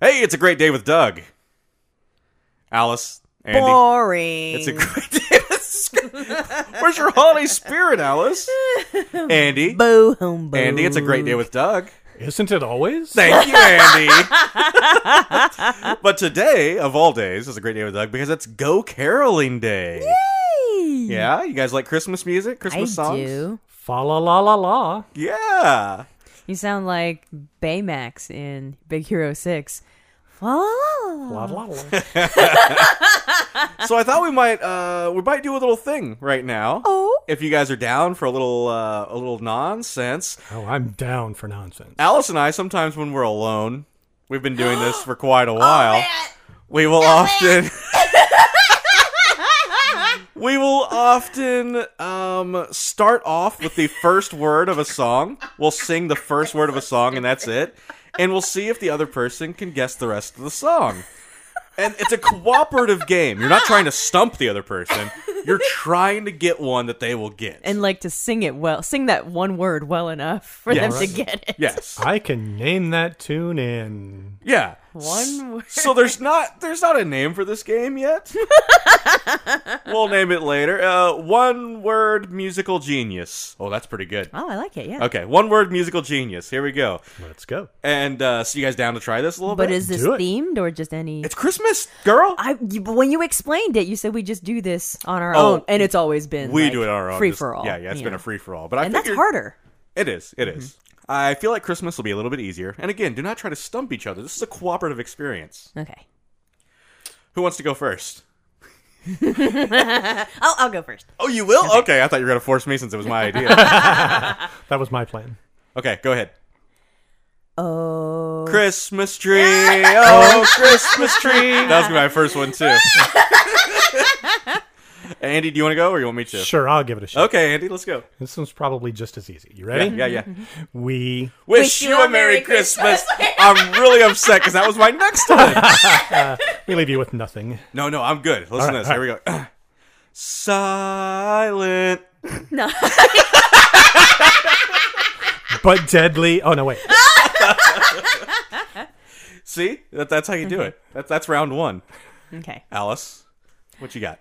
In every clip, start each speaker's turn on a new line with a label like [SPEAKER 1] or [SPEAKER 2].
[SPEAKER 1] Hey, it's a great day with Doug. Alice, Andy.
[SPEAKER 2] Boring.
[SPEAKER 1] It's a great day. This is- Where's your holiday spirit, Alice? Andy.
[SPEAKER 2] bow humbug.
[SPEAKER 1] Andy, it's a great day with Doug.
[SPEAKER 3] Isn't it always?
[SPEAKER 1] Thank you, Andy. but today, of all days, is a great day with Doug because it's Go Caroling Day. Yeah, you guys like Christmas music,
[SPEAKER 2] I
[SPEAKER 1] Christmas songs?
[SPEAKER 2] do.
[SPEAKER 3] Fa la la la la.
[SPEAKER 1] Yeah.
[SPEAKER 2] You sound like Baymax in Big Hero Six.
[SPEAKER 3] La
[SPEAKER 2] Wow.
[SPEAKER 3] la la.
[SPEAKER 1] So I thought we might uh we might do a little thing right now.
[SPEAKER 2] Oh.
[SPEAKER 1] If you guys are down for a little uh, a little nonsense,
[SPEAKER 3] Oh, I'm down for nonsense.
[SPEAKER 1] Alice and I sometimes when we're alone, we've been doing this for quite a while. we will often We will often um, start off with the first word of a song. We'll sing the first word of a song and that's it. And we'll see if the other person can guess the rest of the song. And it's a cooperative game. You're not trying to stump the other person. You're trying to get one that they will get.
[SPEAKER 2] And like to sing it well, sing that one word well enough for them to
[SPEAKER 1] Yes.
[SPEAKER 2] get it.
[SPEAKER 1] yes.
[SPEAKER 3] I can name that tune in.
[SPEAKER 1] Yeah.
[SPEAKER 2] One word.
[SPEAKER 1] So there's not there's not a name for this game yet. we'll name it later. Uh, one word musical genius. Oh, that's pretty good.
[SPEAKER 2] Oh, I like it. Yeah.
[SPEAKER 1] Okay, one word musical genius. Here we go.
[SPEAKER 3] Let's go.
[SPEAKER 1] And uh, so you guys down to try this a little
[SPEAKER 2] But
[SPEAKER 1] bit?
[SPEAKER 2] is this
[SPEAKER 3] Do it.
[SPEAKER 2] themed or just any?
[SPEAKER 1] it's Christmas, girl.
[SPEAKER 2] I you, but when you explained it, you said we just do this on our
[SPEAKER 1] Oh,
[SPEAKER 2] own, and it's always been
[SPEAKER 1] we
[SPEAKER 2] like,
[SPEAKER 1] do it on our own.
[SPEAKER 2] free
[SPEAKER 1] Just-
[SPEAKER 2] for all.
[SPEAKER 1] Yeah, yeah. It's
[SPEAKER 2] you
[SPEAKER 1] been
[SPEAKER 2] know.
[SPEAKER 1] a free for all. But I
[SPEAKER 2] and
[SPEAKER 1] figured
[SPEAKER 2] that's Mm-hmm. harder.
[SPEAKER 1] It is. It is. I feel like Christmas will be a little bit easier. And again, do not try to stump each other. This is a cooperative experience.
[SPEAKER 2] Okay,
[SPEAKER 1] Who wants to go first?
[SPEAKER 2] I'll I'll go first.
[SPEAKER 1] Oh, you will? Okay, I thought you were going to force me since it was my idea.
[SPEAKER 3] That was my plan.
[SPEAKER 1] okay, go ahead.
[SPEAKER 2] Oh,
[SPEAKER 1] Christmas tree, oh Christmas tree. That was my first one too. Andy, do you want to go or you want me to?
[SPEAKER 3] Sure, I'll give it a shot.
[SPEAKER 1] Okay, Andy, let's go.
[SPEAKER 3] This one's probably just as easy. You
[SPEAKER 1] Yeah,
[SPEAKER 3] ready?
[SPEAKER 1] yeah, yeah.
[SPEAKER 3] We
[SPEAKER 1] Mm-hmm. Wish, you a Merry Christmas. I'm really upset because that was my next one.
[SPEAKER 3] we leave you with nothing.
[SPEAKER 1] No, no, I'm good. Listen to
[SPEAKER 3] right,
[SPEAKER 1] this.
[SPEAKER 3] all
[SPEAKER 1] Here we go. Silent.
[SPEAKER 2] no,
[SPEAKER 3] But deadly. Oh no, wait.
[SPEAKER 1] See, that, that's how you do it. That's that's round one.
[SPEAKER 2] okay.
[SPEAKER 1] Alice, what you got?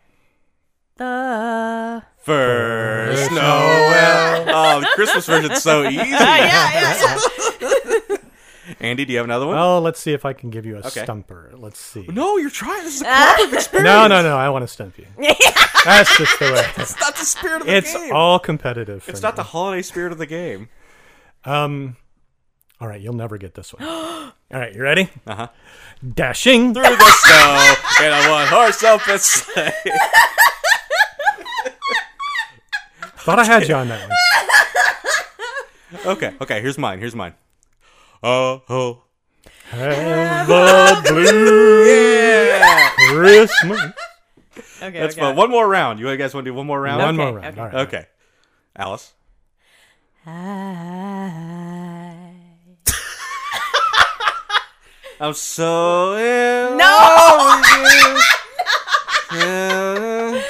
[SPEAKER 2] The
[SPEAKER 1] First Noel. Oh, the Christmas version's so easy. Andy, do you have another one?
[SPEAKER 3] Well, let's see if I can give you a
[SPEAKER 1] Okay.
[SPEAKER 3] stumper. Let's see.
[SPEAKER 1] No, you're trying. This is a cooperative experience.
[SPEAKER 3] no, no. no, I want to stump you. That's just the way.
[SPEAKER 1] It's not the spirit of the
[SPEAKER 3] It's
[SPEAKER 1] game.
[SPEAKER 3] all competitive. for
[SPEAKER 1] it's not the
[SPEAKER 3] me.
[SPEAKER 1] holiday spirit of the game.
[SPEAKER 3] Um. All right, you'll never get this one. all right, you ready?
[SPEAKER 1] Uh huh.
[SPEAKER 3] Dashing.
[SPEAKER 1] Through the snow in a one horse open sleigh.
[SPEAKER 3] Thought I had you on that one.
[SPEAKER 1] Okay, okay. Here's mine. Here's mine. Oh, oh.
[SPEAKER 3] Have a blue
[SPEAKER 1] Yeah.
[SPEAKER 3] Christmas.
[SPEAKER 2] okay,
[SPEAKER 1] That's fun. One more round. You guys want to do one more round?
[SPEAKER 3] One
[SPEAKER 2] Okay,
[SPEAKER 3] more round.
[SPEAKER 2] okay.
[SPEAKER 3] All right.
[SPEAKER 1] Okay. Alice. I'm so in no.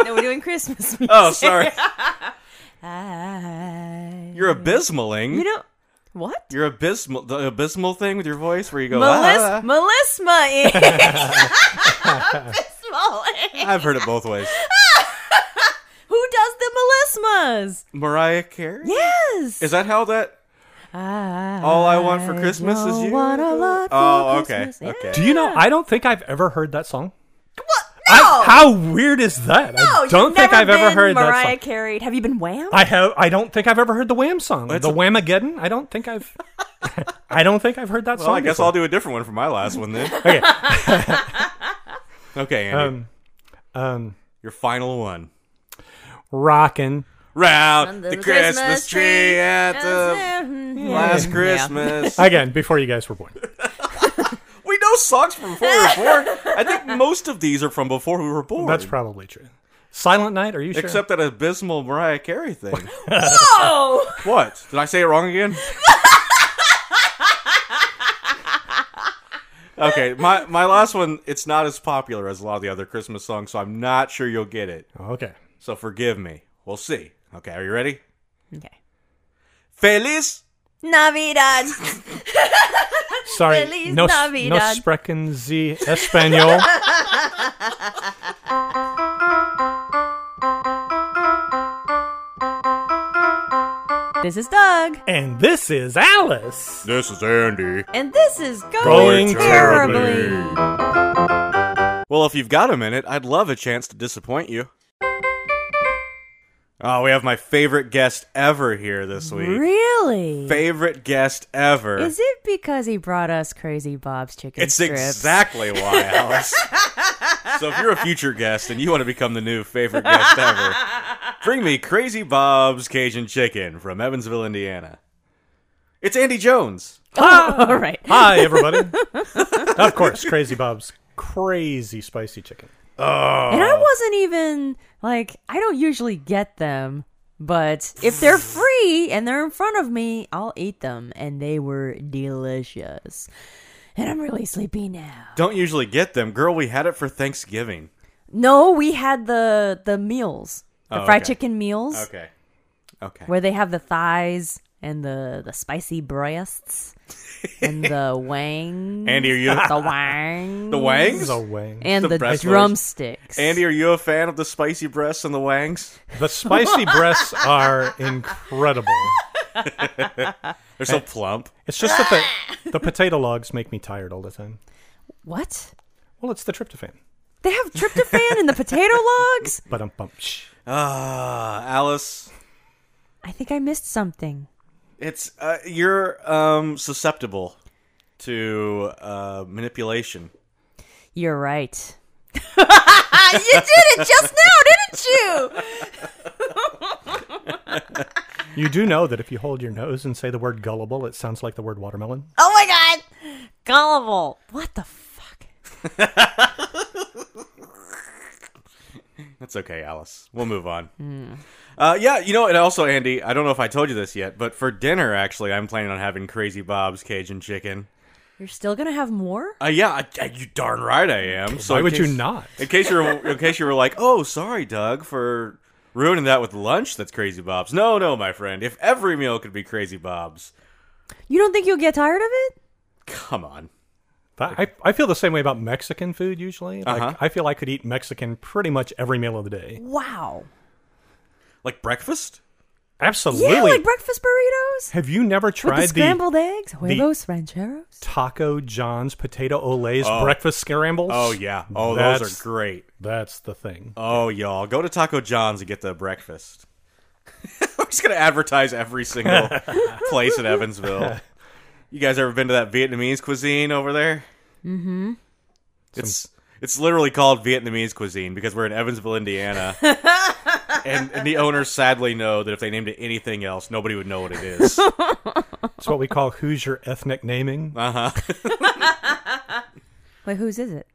[SPEAKER 2] no, we're doing Christmas. Music.
[SPEAKER 1] Oh, sorry.
[SPEAKER 2] I-
[SPEAKER 1] You're abysmaling.
[SPEAKER 2] you know what?
[SPEAKER 1] Your abysmal, the abysmal thing with your voice, where you go,
[SPEAKER 2] Melis-
[SPEAKER 1] ah,
[SPEAKER 2] Melisma is abysmal.
[SPEAKER 1] "Ah, I've heard it both ways.
[SPEAKER 2] Who does the melismas?
[SPEAKER 1] Mariah Carey.
[SPEAKER 2] Yes.
[SPEAKER 1] Is that how that?
[SPEAKER 2] I
[SPEAKER 1] All I want for Christmas is
[SPEAKER 2] don't
[SPEAKER 1] you.
[SPEAKER 2] want a lot for
[SPEAKER 1] Oh, okay,
[SPEAKER 2] Christmas. Yeah.
[SPEAKER 1] okay.
[SPEAKER 3] Do you know? I don't think I've ever heard that song.
[SPEAKER 2] No.
[SPEAKER 3] I, how weird is that?
[SPEAKER 2] No,
[SPEAKER 3] I don't
[SPEAKER 2] Oh, you've
[SPEAKER 3] think
[SPEAKER 2] never
[SPEAKER 3] I've ever
[SPEAKER 2] been
[SPEAKER 3] heard
[SPEAKER 2] Mariah
[SPEAKER 3] that song.
[SPEAKER 2] Carey. Have you been wham?
[SPEAKER 3] I have. I don't think I've ever heard the Wham song,
[SPEAKER 1] It's
[SPEAKER 3] the
[SPEAKER 1] a-
[SPEAKER 3] Whamageddon. I don't think I've. I don't think I've heard that
[SPEAKER 1] Well,
[SPEAKER 3] song.
[SPEAKER 1] I guess
[SPEAKER 3] before.
[SPEAKER 1] I'll do a different one for my last one then.
[SPEAKER 3] Okay.
[SPEAKER 1] Okay, Andy,
[SPEAKER 3] Um, um,
[SPEAKER 1] your final one.
[SPEAKER 3] rockin'.
[SPEAKER 1] Round the, Christmas, tree at
[SPEAKER 3] Uh,
[SPEAKER 1] the last Christmas.
[SPEAKER 3] Again, before you guys were born.
[SPEAKER 1] we know songs from before we were born. I think most of these are from before we were born.
[SPEAKER 3] That's probably true. Silent Night. Are you sure?
[SPEAKER 1] Except that abysmal Mariah Carey thing.
[SPEAKER 2] Oh,
[SPEAKER 1] What? Did I say it wrong again? okay, my my last one, it's not as popular as a lot of the other Christmas songs, so I'm not sure you'll get it.
[SPEAKER 3] okay.
[SPEAKER 1] So forgive me. We'll see. Okay, are you ready?
[SPEAKER 2] okay.
[SPEAKER 1] Feliz
[SPEAKER 2] Navidad.
[SPEAKER 3] sorry.
[SPEAKER 2] Feliz
[SPEAKER 3] No, s- no
[SPEAKER 2] Navidad.
[SPEAKER 3] sprechen Sie Espanol.
[SPEAKER 2] This is Doug.
[SPEAKER 3] and this is Alice.
[SPEAKER 1] This is Andy.
[SPEAKER 2] And this is going,
[SPEAKER 3] Going
[SPEAKER 2] terribly.
[SPEAKER 1] Well, if you've got a minute, I'd love a chance to disappoint you. Oh, we have my favorite guest ever here this week.
[SPEAKER 2] Really?
[SPEAKER 1] Favorite guest ever.
[SPEAKER 2] Is it because he brought us Crazy Bob's chicken
[SPEAKER 1] it's
[SPEAKER 2] strips?
[SPEAKER 1] exactly why, Alice. so if you're a future guest and you want to become the new favorite guest ever, bring me Crazy Bob's Cajun Chicken from Evansville, Indiana. It's Andy Jones.
[SPEAKER 2] All right.
[SPEAKER 3] Hi, everybody. of course, Crazy Bob's crazy spicy chicken.
[SPEAKER 2] And
[SPEAKER 1] Oh.
[SPEAKER 2] I wasn't even like I don't usually get them, but if they're free and they're in front of me, I'll eat them and they were delicious. And I'm really sleepy now.
[SPEAKER 1] Don't usually get them. Girl, we had it for Thanksgiving.
[SPEAKER 2] No, we had the the meals. The
[SPEAKER 1] Oh,
[SPEAKER 2] fried
[SPEAKER 1] okay.
[SPEAKER 2] chicken meals
[SPEAKER 1] Okay. Okay.
[SPEAKER 2] where they have the thighs and the the spicy breasts and the wang.
[SPEAKER 1] Andy, are you
[SPEAKER 2] the wang.
[SPEAKER 1] the wangs?
[SPEAKER 3] The wang.
[SPEAKER 2] and
[SPEAKER 1] the
[SPEAKER 2] the,
[SPEAKER 1] breast roast.
[SPEAKER 2] drumsticks.
[SPEAKER 1] Andy, are you a fan of the spicy breasts and the wangs?
[SPEAKER 3] The spicy breasts are incredible.
[SPEAKER 1] They're so plump.
[SPEAKER 3] It's just that the, the potato logs make me tired all the time.
[SPEAKER 2] What?
[SPEAKER 3] Well, it's the tryptophan.
[SPEAKER 2] They have tryptophan in the potato logs?
[SPEAKER 3] But um, bum. shh.
[SPEAKER 1] Ah, Alice,
[SPEAKER 2] I think I missed something.
[SPEAKER 1] it's uh, you're um susceptible to uh manipulation.
[SPEAKER 2] You're right. you did it just now, didn't you?
[SPEAKER 3] You do know that if you hold your nose and say the word gullible, it sounds like the word watermelon.
[SPEAKER 2] Oh my god. Gullible. What the fuck?
[SPEAKER 1] That's okay, Alice. We'll move on.
[SPEAKER 3] Hmm.
[SPEAKER 1] Uh, yeah, you know, and also Andy, I don't know if I told you this yet, but for dinner, actually, I'm planning on having Crazy Bob's Cajun chicken.
[SPEAKER 2] You're still gonna have more?
[SPEAKER 1] Uh, yeah, I, I- you darn right I am. So
[SPEAKER 3] Why
[SPEAKER 1] in
[SPEAKER 3] would you
[SPEAKER 1] case-
[SPEAKER 3] not?
[SPEAKER 1] In case you were, in case you were like, oh, sorry, Doug, for ruining that with lunch. That's Crazy Bob's. No, no, my friend. If every meal could be Crazy Bob's,
[SPEAKER 2] You don't think you'll get tired of it?
[SPEAKER 1] come on.
[SPEAKER 3] That- I, I feel the same way about Mexican food usually. Like,
[SPEAKER 1] Uh-huh.
[SPEAKER 3] I feel I could eat Mexican pretty much every meal of the day.
[SPEAKER 2] Wow.
[SPEAKER 1] Like breakfast?
[SPEAKER 3] Absolutely.
[SPEAKER 2] Yeah, like breakfast burritos?
[SPEAKER 3] Have you never
[SPEAKER 2] With
[SPEAKER 3] tried
[SPEAKER 2] the scrambled eggs? Huevos rancheros?
[SPEAKER 3] Taco John's potato olays breakfast scrambles?
[SPEAKER 1] Oh yeah. Oh, those
[SPEAKER 3] That's-
[SPEAKER 1] are great.
[SPEAKER 3] That's the thing.
[SPEAKER 1] Oh y'all, go to Taco John's and get the breakfast. I'm just gonna advertise every single place in Evansville. You guys ever been to that Vietnamese cuisine over there? Mm-hmm. It's it's literally called Vietnamese cuisine because we're in Evansville, Indiana, and, and the owners sadly know that if they named it anything else, nobody would know what it is.
[SPEAKER 3] It's what we call Hoosier ethnic naming.
[SPEAKER 1] Uh.
[SPEAKER 2] Wait, whose is it?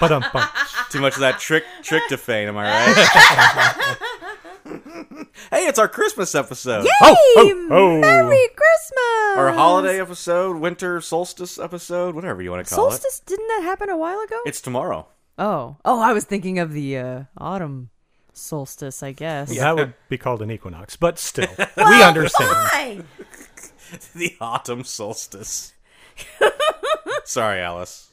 [SPEAKER 3] But um, bum.
[SPEAKER 1] Too much of that trick trick to fame, am I right? hey, it's our Christmas episode.
[SPEAKER 3] Oh,
[SPEAKER 2] hey,
[SPEAKER 3] oh, oh.
[SPEAKER 2] Merry Christmas!
[SPEAKER 1] Our holiday episode, winter solstice episode, whatever you want to call
[SPEAKER 2] Solstice, didn't that happen a while ago?
[SPEAKER 1] it. It's tomorrow.
[SPEAKER 2] oh. Oh, I was thinking of the uh, autumn solstice, I guess.
[SPEAKER 3] that would be called an equinox, but still, we understand.
[SPEAKER 2] Why?
[SPEAKER 1] The autumn solstice. Sorry, Alice.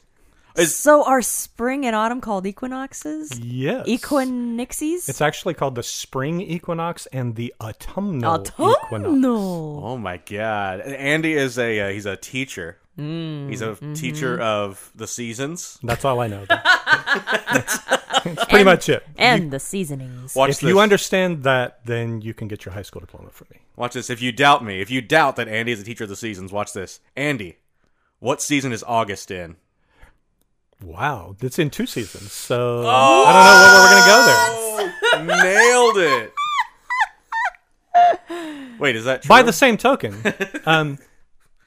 [SPEAKER 1] Is
[SPEAKER 2] So are spring and autumn called equinoxes?
[SPEAKER 3] Yes.
[SPEAKER 2] Equinixies?
[SPEAKER 3] It's actually called the spring equinox and the autumnal equinox.
[SPEAKER 2] autumnal.
[SPEAKER 1] Oh my god. Andy is a uh, he's a teacher.
[SPEAKER 3] Mm,
[SPEAKER 1] He's a
[SPEAKER 3] mm-hmm.
[SPEAKER 1] teacher of the seasons.
[SPEAKER 3] That's all I know. That's pretty much it.
[SPEAKER 2] And the seasonings.
[SPEAKER 1] Watch
[SPEAKER 3] If
[SPEAKER 1] this.
[SPEAKER 3] you understand that, then you can get your high school diploma from me.
[SPEAKER 1] watch this. If you doubt me, if you doubt that Andy is a teacher of the seasons, watch this. Andy, what season is August in?
[SPEAKER 3] Wow, it's in two seasons, so
[SPEAKER 1] Oh.
[SPEAKER 3] I don't know where we're gonna go there.
[SPEAKER 1] Nailed it. Wait, is that true?
[SPEAKER 3] By the same token, um,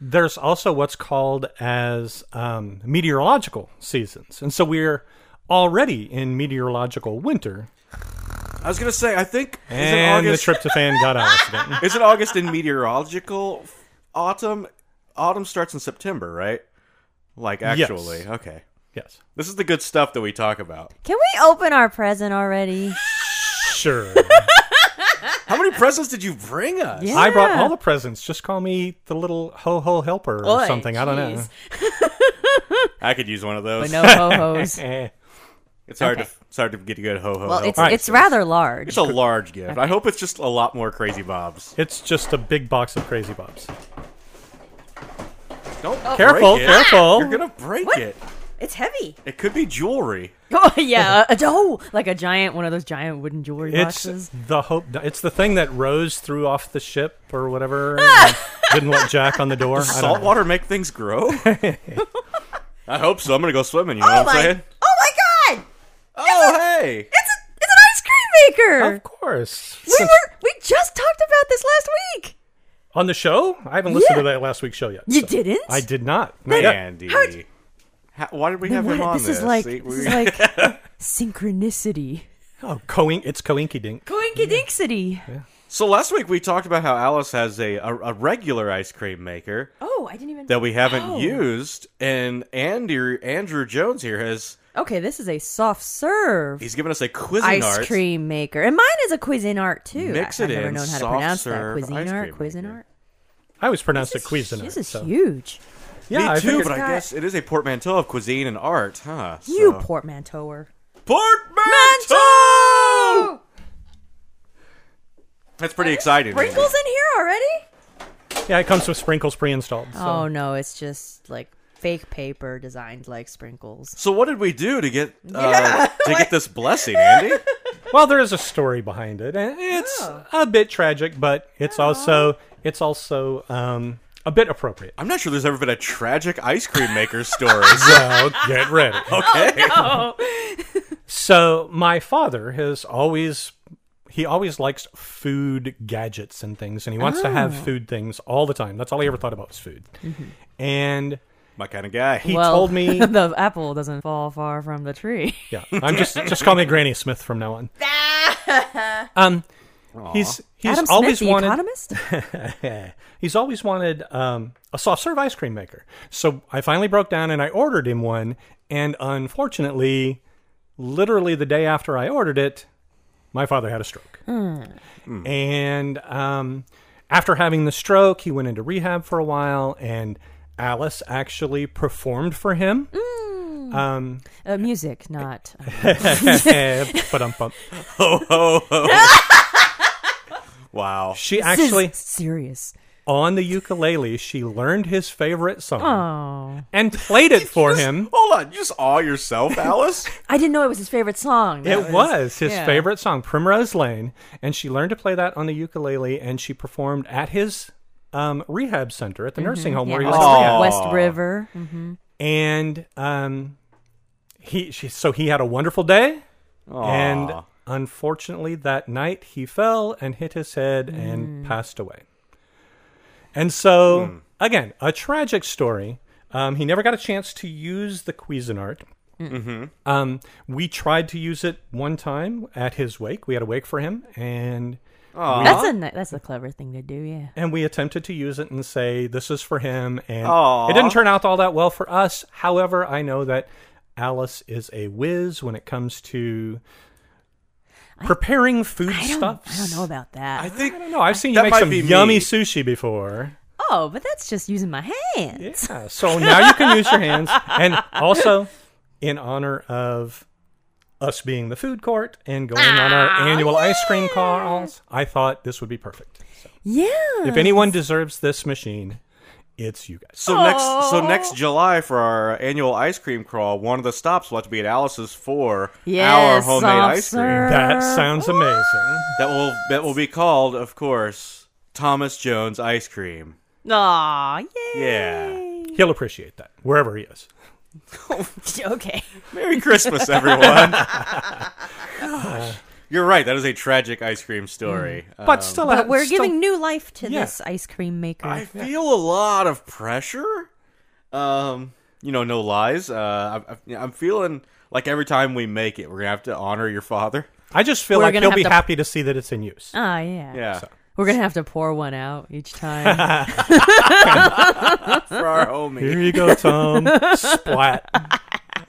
[SPEAKER 3] there's also what's called as um, meteorological seasons, and so we're already in meteorological winter.
[SPEAKER 1] I was gonna say, I think isn't
[SPEAKER 3] And
[SPEAKER 1] August
[SPEAKER 3] the tryptophan got us. again.
[SPEAKER 1] Isn't August in meteorological f- autumn? Autumn starts in September, right? Like actually, okay.
[SPEAKER 3] Yes,
[SPEAKER 1] This is the good stuff that we talk about.
[SPEAKER 2] Can we open our present already?
[SPEAKER 3] sure.
[SPEAKER 1] How many presents did you bring us?
[SPEAKER 2] Yeah.
[SPEAKER 3] I brought all the presents. Just call me the little ho ho helper or
[SPEAKER 2] Oy,
[SPEAKER 3] something. I don't know.
[SPEAKER 2] jeez.
[SPEAKER 1] I could use one of those.
[SPEAKER 2] But no ho hos.
[SPEAKER 3] Eh.
[SPEAKER 1] It's hard
[SPEAKER 2] Okay.
[SPEAKER 1] to it's hard to get a good ho ho.
[SPEAKER 2] Well, it's
[SPEAKER 3] Alright.
[SPEAKER 2] it's rather large.
[SPEAKER 1] it's a large gift. I hope it's just a lot more crazy bobs.
[SPEAKER 3] It's just a big box of Crazy Bobs.
[SPEAKER 1] Don't
[SPEAKER 2] Oh.
[SPEAKER 3] Careful,
[SPEAKER 1] break it.
[SPEAKER 3] careful.
[SPEAKER 1] You're gonna break it.
[SPEAKER 2] It's heavy.
[SPEAKER 1] It could be jewelry.
[SPEAKER 2] Oh yeah, a dough like a giant one of those giant wooden jewelry
[SPEAKER 3] It's
[SPEAKER 2] boxes.
[SPEAKER 3] the hope. It's the thing that Rose threw off the ship or whatever. and didn't let Jack on the door. I don't
[SPEAKER 1] Salt
[SPEAKER 3] know.
[SPEAKER 1] water make things grow. I hope so. I'm gonna go swimming. You know what I'm saying?
[SPEAKER 2] Oh my god!
[SPEAKER 1] Oh hey,
[SPEAKER 2] It's a, it's an ice cream maker.
[SPEAKER 3] Of course.
[SPEAKER 2] we were we just talked about this last week.
[SPEAKER 3] on the show. I haven't listened to
[SPEAKER 2] Yeah.
[SPEAKER 3] that last week's show yet.
[SPEAKER 2] You
[SPEAKER 3] so-
[SPEAKER 2] didn't?
[SPEAKER 3] I did not. Not yet.
[SPEAKER 1] Andy. How- why did we have him
[SPEAKER 2] What?
[SPEAKER 1] on
[SPEAKER 2] this, is like
[SPEAKER 1] See,
[SPEAKER 2] this
[SPEAKER 1] we-
[SPEAKER 2] is like synchronicity.
[SPEAKER 3] Oh, coink. It's coinky dink.
[SPEAKER 2] Coinkydinksity.
[SPEAKER 1] so last week we talked about how Alice has a, a, a regular ice cream maker
[SPEAKER 2] Oh, I didn't even.
[SPEAKER 1] that we haven't
[SPEAKER 2] Oh.
[SPEAKER 1] used, and Andy Andrew Jones here has
[SPEAKER 2] Okay, this is a soft serve
[SPEAKER 1] he's given us a Cuisinart
[SPEAKER 2] ice cream maker, and mine is a Cuisinart too.
[SPEAKER 1] Mix
[SPEAKER 2] I,
[SPEAKER 1] it
[SPEAKER 2] I've never
[SPEAKER 1] in,
[SPEAKER 2] known how to
[SPEAKER 1] soft
[SPEAKER 2] pronounce that.
[SPEAKER 1] serve ice
[SPEAKER 2] Cuisinart,
[SPEAKER 1] cream maker.
[SPEAKER 2] Cuisinart.
[SPEAKER 3] I always pronounced it
[SPEAKER 2] This is-
[SPEAKER 3] Cuisinart.
[SPEAKER 2] This is
[SPEAKER 3] so-
[SPEAKER 2] huge.
[SPEAKER 3] Yeah,
[SPEAKER 1] Me
[SPEAKER 3] I
[SPEAKER 1] too,
[SPEAKER 3] figured-
[SPEAKER 1] but I
[SPEAKER 2] got-
[SPEAKER 1] guess it is a portmanteau of cuisine and art, huh?
[SPEAKER 2] You
[SPEAKER 1] so-
[SPEAKER 2] portmanteauer.
[SPEAKER 1] portmanteau. That's pretty exciting. Andy.
[SPEAKER 2] Wrinkles in here already?
[SPEAKER 3] yeah, it comes with sprinkles pre-installed. So.
[SPEAKER 2] Oh no, it's just like fake paper designed like sprinkles.
[SPEAKER 1] So what did we do to get uh, to get this blessing, Andy?
[SPEAKER 3] Well, there is a story behind it, and it's
[SPEAKER 2] Oh.
[SPEAKER 3] a bit tragic, but it's also it's also um, a bit appropriate.
[SPEAKER 1] I'm not sure there's ever been a tragic ice cream maker story. so-
[SPEAKER 3] So get ready.
[SPEAKER 1] Okay.
[SPEAKER 3] So my father has always he always likes food gadgets and things, and he wants to have
[SPEAKER 2] Oh.
[SPEAKER 3] food things all the time. That's all he ever thought about was food,
[SPEAKER 2] Mm-hmm.
[SPEAKER 3] and.
[SPEAKER 1] My kind of guy.
[SPEAKER 3] He
[SPEAKER 2] Well,
[SPEAKER 3] told me,
[SPEAKER 2] the apple doesn't fall far from the tree.
[SPEAKER 3] yeah. I'm just just call me Granny Smith from now on. um, he's he's
[SPEAKER 2] Adam
[SPEAKER 3] always
[SPEAKER 2] Smith, the
[SPEAKER 3] wanted
[SPEAKER 2] economist.
[SPEAKER 3] he's always wanted um, a soft serve ice cream maker. So I finally broke down and I ordered him one. And unfortunately, literally the day after I ordered it, my father had a stroke. And um, after having the stroke, he went into rehab for a while. And Alice actually performed for him. Um,
[SPEAKER 2] Uh, music, not. uh,
[SPEAKER 3] Eh, ba-dum-bum.
[SPEAKER 1] Wow.
[SPEAKER 3] she
[SPEAKER 2] this is
[SPEAKER 3] actually
[SPEAKER 2] serious.
[SPEAKER 3] on the ukulele she learned his favorite song
[SPEAKER 2] Oh,
[SPEAKER 3] and played it for him.
[SPEAKER 1] Hold on. You just awe yourself, Alice?
[SPEAKER 2] I didn't know it was his favorite song. That
[SPEAKER 3] It was his
[SPEAKER 2] yeah.
[SPEAKER 3] favorite song, Primrose Lane, and she learned to play that on the ukulele, and she performed at his um, rehab center at the nursing home
[SPEAKER 2] Mm-hmm. Yeah,
[SPEAKER 3] where he was.
[SPEAKER 2] West,
[SPEAKER 3] in rehab.
[SPEAKER 2] West River.
[SPEAKER 3] And um, he, she, so he had a wonderful day, and
[SPEAKER 1] Aw.
[SPEAKER 3] unfortunately that night he fell and hit his head and passed away. And so again, a tragic story. Um, he never got a chance to use the Cuisinart. Um, we tried to use it one time at his wake. We had a wake for him, and
[SPEAKER 2] Mm-hmm. That's a ni- that's a clever thing to do. Yeah.
[SPEAKER 3] and we attempted to use it and say this is for him, and
[SPEAKER 1] Aw.
[SPEAKER 3] it didn't turn out all that well for us. However, I know that Alice is a whiz when it comes to preparing food
[SPEAKER 2] I don't,
[SPEAKER 3] stuff.
[SPEAKER 2] I don't know about that.
[SPEAKER 1] I think
[SPEAKER 3] No, I've seen you
[SPEAKER 1] That
[SPEAKER 3] make
[SPEAKER 1] might
[SPEAKER 3] some
[SPEAKER 1] be me.
[SPEAKER 3] yummy sushi before.
[SPEAKER 2] oh, but that's just using my hands.
[SPEAKER 3] Yeah, so now you can use your hands. And also, in honor of us being the food court and going
[SPEAKER 2] Ah,
[SPEAKER 3] on our annual ice cream calls, I thought this would be perfect.
[SPEAKER 2] Yeah.
[SPEAKER 3] If anyone deserves this machine, it's you guys.
[SPEAKER 1] so next so next July for our annual ice cream crawl, one of the stops will have to be at Alice's for our
[SPEAKER 2] Yes,
[SPEAKER 1] homemade
[SPEAKER 2] soft
[SPEAKER 1] ice cream.
[SPEAKER 2] serve.
[SPEAKER 3] That sounds amazing.
[SPEAKER 1] That will that will be called, of course, Thomas Jones Ice Cream.
[SPEAKER 2] Aw, yay.
[SPEAKER 1] Yeah.
[SPEAKER 3] He'll appreciate that wherever he is.
[SPEAKER 2] Okay.
[SPEAKER 1] Merry Christmas, everyone. You're right. That is a tragic ice cream story. Uh,
[SPEAKER 3] Hmm. But still,
[SPEAKER 2] But we're
[SPEAKER 3] still-
[SPEAKER 2] giving new life to
[SPEAKER 3] Yeah.
[SPEAKER 2] this ice cream maker.
[SPEAKER 1] I feel a lot of pressure. Um, you know, no lies. Uh, I, I, I'm feeling like every time we make it, we're gonna have to honor your father.
[SPEAKER 3] I just feel
[SPEAKER 2] We're
[SPEAKER 3] like
[SPEAKER 2] gonna
[SPEAKER 3] he'll
[SPEAKER 2] have
[SPEAKER 3] be
[SPEAKER 2] to-
[SPEAKER 3] happy to see that it's in use.
[SPEAKER 2] Ah, yeah.
[SPEAKER 1] Yeah,
[SPEAKER 2] We're gonna have to pour one out each time.
[SPEAKER 1] for our homie.
[SPEAKER 3] Here you go, Tom. Splat.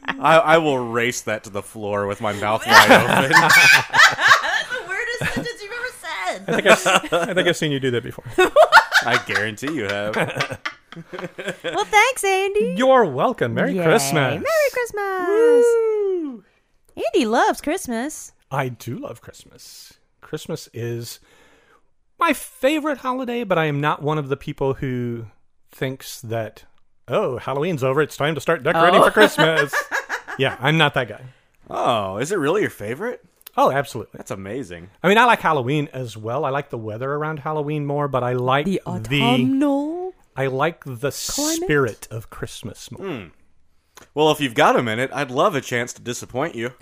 [SPEAKER 1] I, I will race that to the floor with my mouth wide open.
[SPEAKER 2] the weirdest sentence you've ever said.
[SPEAKER 3] I think I've, I think I've seen you do that before.
[SPEAKER 1] I guarantee you have.
[SPEAKER 2] Well, thanks, Andy.
[SPEAKER 3] You're welcome. Merry
[SPEAKER 2] Yay.
[SPEAKER 3] Christmas.
[SPEAKER 2] Merry Christmas. Andy loves Christmas.
[SPEAKER 3] I do love Christmas. Christmas is my favorite holiday, but I am not one of the people who thinks that, oh, Halloween's over. It's time to start decorating for Christmas. yeah, I'm not that guy.
[SPEAKER 1] Oh, is it really your favorite?
[SPEAKER 3] Oh, absolutely.
[SPEAKER 1] That's amazing.
[SPEAKER 3] I mean, I like Halloween as well. I like the weather around Halloween more, but I like
[SPEAKER 2] The autumnal.
[SPEAKER 3] I like the
[SPEAKER 2] Climate?
[SPEAKER 3] spirit of Christmas more.
[SPEAKER 1] Well, if you've got a minute, I'd love a chance to disappoint you.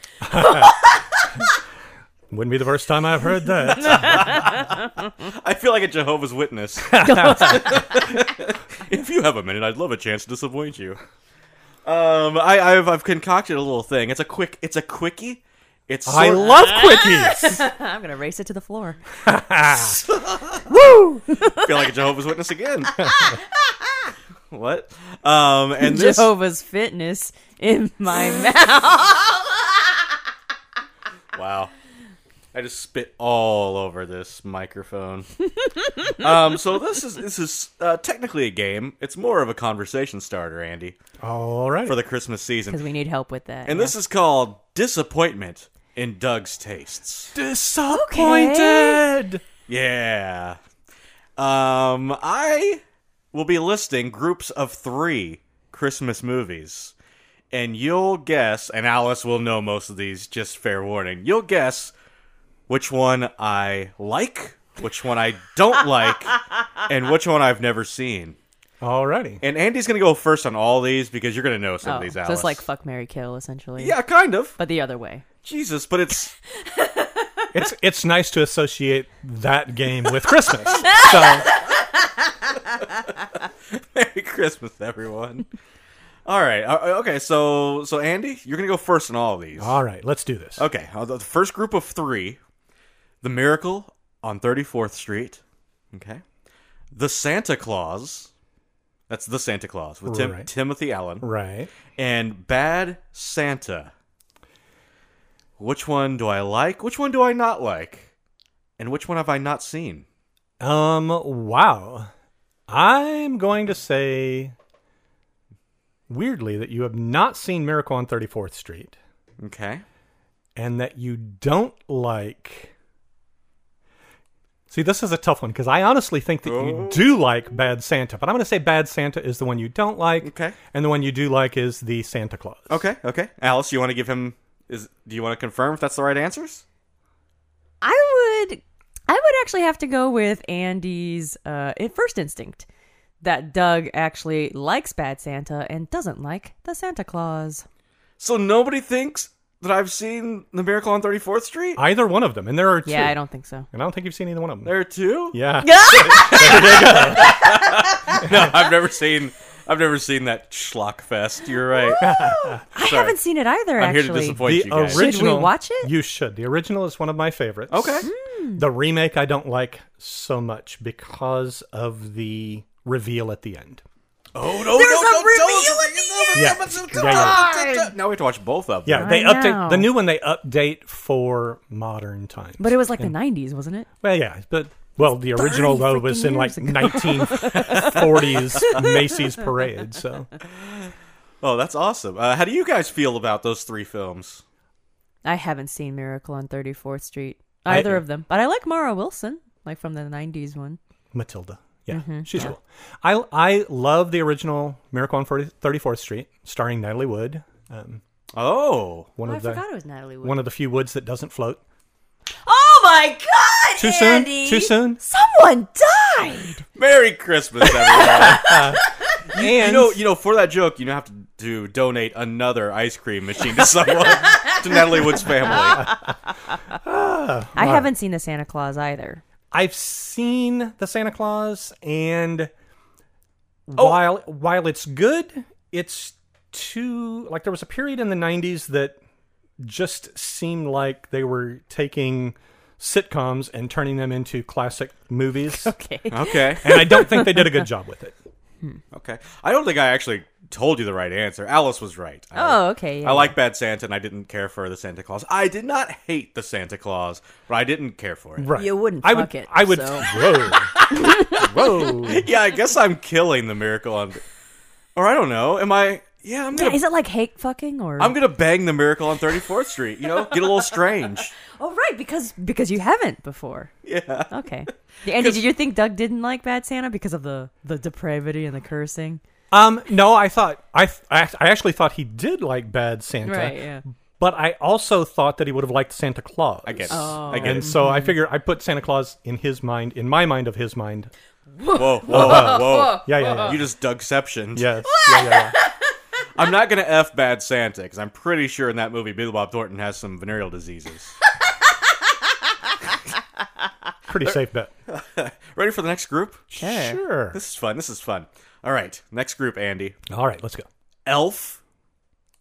[SPEAKER 3] Wouldn't be the first time I've heard that.
[SPEAKER 1] I feel like a Jehovah's Witness. if you have a minute, I'd love a chance to disappoint you. Um, I, I've I've concocted a little thing. It's a quick. It's a quickie. It's
[SPEAKER 3] I
[SPEAKER 1] sort-
[SPEAKER 3] love quickies.
[SPEAKER 2] I'm gonna race it to the floor.
[SPEAKER 1] feel like a Jehovah's Witness again. what? Um, and this
[SPEAKER 2] Jehovah's Fitness in my mouth.
[SPEAKER 1] wow, I just spit all over this microphone. um, so this is this is uh, technically a game. It's more of a conversation starter, Andy,
[SPEAKER 3] All right.
[SPEAKER 1] for the Christmas season.
[SPEAKER 2] Because we need help with that.
[SPEAKER 1] And this is called Disappointment in Doug's Tastes.
[SPEAKER 3] disappointed.
[SPEAKER 1] Yeah. Um, I will be listing groups of three Christmas movies. And you'll guess, and Alice will know most of these, just fair warning. You'll guess which one I like, which one I don't like, and which one I've never seen.
[SPEAKER 3] All righty.
[SPEAKER 1] And Andy's going to go first on all these because you're going to know some
[SPEAKER 2] Oh,
[SPEAKER 1] of these,
[SPEAKER 2] so
[SPEAKER 1] Alice.
[SPEAKER 2] it's like fuck Mary Kill essentially.
[SPEAKER 1] yeah, kind of.
[SPEAKER 2] But the other way.
[SPEAKER 1] Jesus, but it's
[SPEAKER 3] It's it's nice to associate that game with Christmas. So
[SPEAKER 1] Merry Christmas, everyone. All right. uh, uh, Okay. So, so Andy, you're gonna go first in all of these.
[SPEAKER 3] all right, let's do this.
[SPEAKER 1] Okay. uh, The the first group of three: The Miracle on 34th Street. Okay. The Santa Claus. That's the Santa Claus with Tim-
[SPEAKER 3] Right.
[SPEAKER 1] Timothy Allen
[SPEAKER 3] Right.
[SPEAKER 1] and Bad Santa. Which one do I like? Which one do I not like? And which one have I not seen?
[SPEAKER 3] Um wow. I'm going to say weirdly that you have not seen Miracle on 34th Street
[SPEAKER 1] Okay.
[SPEAKER 3] and that you don't like See, this is a tough one because I honestly think that
[SPEAKER 1] Oh.
[SPEAKER 3] you do like Bad Santa, but I'm going to say Bad Santa is the one you don't like,
[SPEAKER 1] Okay.
[SPEAKER 3] and the one you do like is the Santa Claus.
[SPEAKER 1] Okay. Okay. Alice, you want to give him? Is do you want to confirm if that's the right answers?
[SPEAKER 2] I would I would actually have to go with Andy's uh in- first instinct that Doug actually likes Bad Santa and doesn't like the Santa Claus.
[SPEAKER 1] So nobody thinks that I've seen The Miracle on 34th Street?
[SPEAKER 3] Either one of them, and there are two.
[SPEAKER 2] Yeah, I don't think so.
[SPEAKER 3] And I don't think you've seen either one of them.
[SPEAKER 1] There are two?
[SPEAKER 3] yeah.
[SPEAKER 1] No, I've never seen I've never seen that schlock fest. You're right.
[SPEAKER 2] I haven't seen it either
[SPEAKER 1] I'm here
[SPEAKER 2] actually.
[SPEAKER 1] to disappoint you guys.
[SPEAKER 2] ori- Should we watch it? Hmm.
[SPEAKER 3] You should. The original is one of my favorites.
[SPEAKER 1] okay.
[SPEAKER 3] The remake I don't like so much because of the reveal at the end.
[SPEAKER 1] Oh no,
[SPEAKER 2] There's
[SPEAKER 1] no,
[SPEAKER 2] a
[SPEAKER 1] don't tell
[SPEAKER 2] reveal
[SPEAKER 1] us
[SPEAKER 2] at
[SPEAKER 1] if you-
[SPEAKER 3] end!
[SPEAKER 1] no, but-
[SPEAKER 3] Yeah. Yeah,
[SPEAKER 1] Now we have to watch both of them.
[SPEAKER 3] Yeah,
[SPEAKER 2] I
[SPEAKER 3] they
[SPEAKER 2] know.
[SPEAKER 3] update the new one. They update for modern times.
[SPEAKER 2] But it was like the nineties, wasn't it?
[SPEAKER 3] well, yeah, but well, the original though was
[SPEAKER 2] freaking
[SPEAKER 3] in
[SPEAKER 2] years
[SPEAKER 3] like
[SPEAKER 2] ago.
[SPEAKER 3] 1940s Macy's Parade. So
[SPEAKER 1] Oh, that's awesome. Uh, how do you guys feel about those three films?
[SPEAKER 2] I haven't seen Miracle on 34th Street. Either of them. But I like Mara Wilson, like from the 90s one.
[SPEAKER 3] Matilda. Yeah,
[SPEAKER 2] Mm-hmm.
[SPEAKER 3] she's cool. I I love the original Miracle on 40, 34th Street, starring Natalie Wood. Um,
[SPEAKER 1] Oh.
[SPEAKER 3] one
[SPEAKER 2] Oh, I
[SPEAKER 3] of the
[SPEAKER 2] forgot it was Natalie Wood.
[SPEAKER 3] one of the few woods that doesn't float.
[SPEAKER 2] Oh my god!
[SPEAKER 3] Too
[SPEAKER 2] Andy!
[SPEAKER 3] soon. Too soon.
[SPEAKER 2] Someone died!
[SPEAKER 1] Merry Christmas, everyone.
[SPEAKER 3] and
[SPEAKER 1] you know, you know, for that joke, you have to, to donate another ice cream machine to someone to Natalie Wood's family.
[SPEAKER 2] I haven't seen the Santa Claus either.
[SPEAKER 3] I've seen the Santa Claus, and
[SPEAKER 2] Oh.
[SPEAKER 3] while while it's good, it's too like there was a period in the '90s that just seemed like they were taking sitcoms and turning them into classic movies,
[SPEAKER 2] Okay.
[SPEAKER 1] Okay.
[SPEAKER 3] and I don't think they did a good job with it.
[SPEAKER 1] Okay. I don't think I actually told you the right answer. Alice was right. I,
[SPEAKER 2] Oh, okay. Yeah.
[SPEAKER 1] I like Bad Santa, and I didn't care for the Santa Claus. I did not hate the Santa Claus, but I didn't care for it.
[SPEAKER 3] Right.
[SPEAKER 2] You wouldn't
[SPEAKER 3] I
[SPEAKER 2] fuck
[SPEAKER 3] would,
[SPEAKER 2] it,
[SPEAKER 3] I would.
[SPEAKER 2] so.
[SPEAKER 3] Whoa. Whoa.
[SPEAKER 1] Yeah, I guess I'm killing the miracle on, or I don't know. Am I? Yeah, I'm
[SPEAKER 2] Yeah,
[SPEAKER 1] gonna.
[SPEAKER 2] is it like hate fucking or?
[SPEAKER 1] I'm gonna bang the miracle on 34th Street. You know, get a little strange.
[SPEAKER 2] oh right, because because you haven't before.
[SPEAKER 1] Yeah.
[SPEAKER 2] Okay. And did you think Doug didn't like Bad Santa because of the the depravity and the cursing?
[SPEAKER 3] Um, no, I thought I, th- I act- I actually thought he did like Bad Santa,
[SPEAKER 2] Right. Yeah.
[SPEAKER 3] but I also thought that he would have liked Santa Claus.
[SPEAKER 1] I get it.
[SPEAKER 2] Oh.
[SPEAKER 1] I get
[SPEAKER 3] And
[SPEAKER 1] it.
[SPEAKER 3] so I figure I put Santa Claus in his mind, in my mind of his mind.
[SPEAKER 1] Whoa, whoa, whoa,
[SPEAKER 3] Yeah, yeah, yeah.
[SPEAKER 1] You just Dougceptioned.
[SPEAKER 3] Yes. yeah, yeah, yeah.
[SPEAKER 1] I'm not gonna f Bad Santa because I'm pretty sure in that movie Bill Bob Thornton has some venereal diseases.
[SPEAKER 3] Pretty safe bet.
[SPEAKER 1] Ready for the next group?
[SPEAKER 2] Sure.
[SPEAKER 3] Sure.
[SPEAKER 1] This is fun. This is fun. All right, next group, Andy.
[SPEAKER 3] All right, let's go.
[SPEAKER 1] Elf,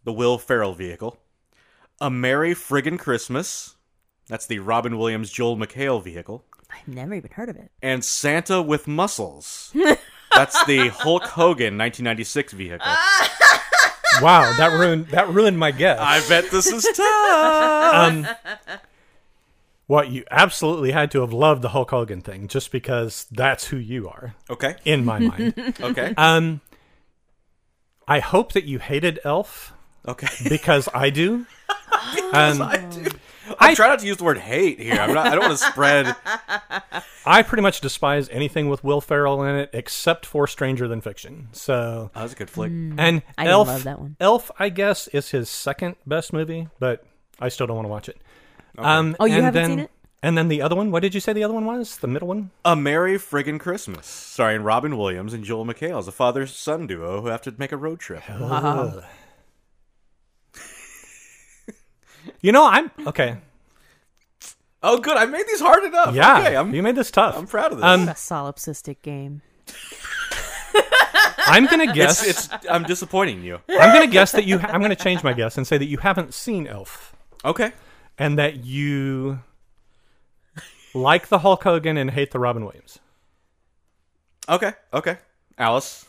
[SPEAKER 1] the Will Ferrell vehicle. A Merry Friggin' Christmas. That's the Robin Williams Joel McHale vehicle.
[SPEAKER 2] I've never even heard of it.
[SPEAKER 1] And Santa with Muscles. That's the Hulk Hogan 1996 vehicle.
[SPEAKER 3] Wow, that ruined that ruined my guess.
[SPEAKER 1] I bet this is tough.
[SPEAKER 3] um, what you absolutely had to have loved the Hulk Hogan thing, just because that's who you are
[SPEAKER 1] Okay,
[SPEAKER 3] in my mind.
[SPEAKER 1] okay,
[SPEAKER 3] Um, I hope that you hated Elf
[SPEAKER 1] okay.
[SPEAKER 3] because I do. Um,
[SPEAKER 1] I do. I try not to use the word hate here. I'm not, I don't want to spread. Oh,
[SPEAKER 3] I pretty much despise anything with Will Ferrell in it, except for Stranger Than Fiction. So,
[SPEAKER 1] Oh, that's a good flick.
[SPEAKER 3] and
[SPEAKER 2] Mm, I didn't
[SPEAKER 3] Elf,
[SPEAKER 2] love that one.
[SPEAKER 3] Elf, I guess, is his second best movie, but I still don't want to watch it. Um,
[SPEAKER 2] Oh, you
[SPEAKER 3] and
[SPEAKER 2] haven't
[SPEAKER 3] then-
[SPEAKER 2] seen it?
[SPEAKER 3] And then the other one. What did you say the other one was? The middle one.
[SPEAKER 1] A Merry Friggin' Christmas, starring Robin Williams and Joel McHale as a father son duo who have to make a road trip.
[SPEAKER 2] Uh-huh.
[SPEAKER 3] Ugh. you know, I'm okay.
[SPEAKER 1] Oh, good. I made these hard enough.
[SPEAKER 3] Yeah,
[SPEAKER 1] Okay, I'm,
[SPEAKER 3] you made this tough.
[SPEAKER 1] I'm proud of this.
[SPEAKER 3] Um,
[SPEAKER 2] A solipsistic game.
[SPEAKER 3] I'm gonna guess.
[SPEAKER 1] it's, it's, I'm disappointing you.
[SPEAKER 3] I'm gonna guess that you. Ha- I'm gonna change my guess and say that you haven't seen Elf
[SPEAKER 1] Okay.
[SPEAKER 3] and that you like the Hulk Hogan and hate the Robin Williams.
[SPEAKER 1] Okay. Okay. Alice.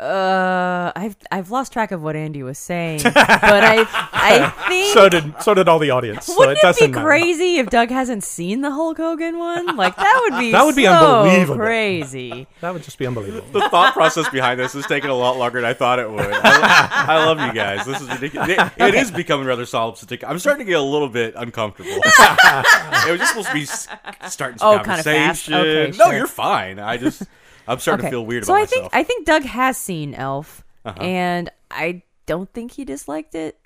[SPEAKER 2] Uh, I've I've lost track of what Andy was saying, but I I think
[SPEAKER 3] So did so did all the audience. so
[SPEAKER 2] wouldn't it
[SPEAKER 3] doesn't
[SPEAKER 2] be
[SPEAKER 3] matter.
[SPEAKER 2] crazy if Doug hasn't seen the Hulk Hogan one? Like that would be
[SPEAKER 3] That would be
[SPEAKER 2] so
[SPEAKER 3] unbelievable.
[SPEAKER 2] crazy.
[SPEAKER 3] That would just be unbelievable.
[SPEAKER 1] The thought process behind this is taking a lot longer than I thought it would. I, I love you guys. This is ridiculous. It, it is becoming rather solipsistic. I'm starting to get a little bit uncomfortable. it was just supposed to be s- starting some
[SPEAKER 2] Oh, kinda fast?
[SPEAKER 1] conversation.
[SPEAKER 2] Okay,
[SPEAKER 1] No,
[SPEAKER 2] sure.
[SPEAKER 1] you're fine. I just I'm starting
[SPEAKER 2] Okay,
[SPEAKER 1] to feel weird
[SPEAKER 2] so
[SPEAKER 1] about
[SPEAKER 2] I
[SPEAKER 1] myself.
[SPEAKER 2] think I think Doug has seen Elf, and I don't think he disliked it.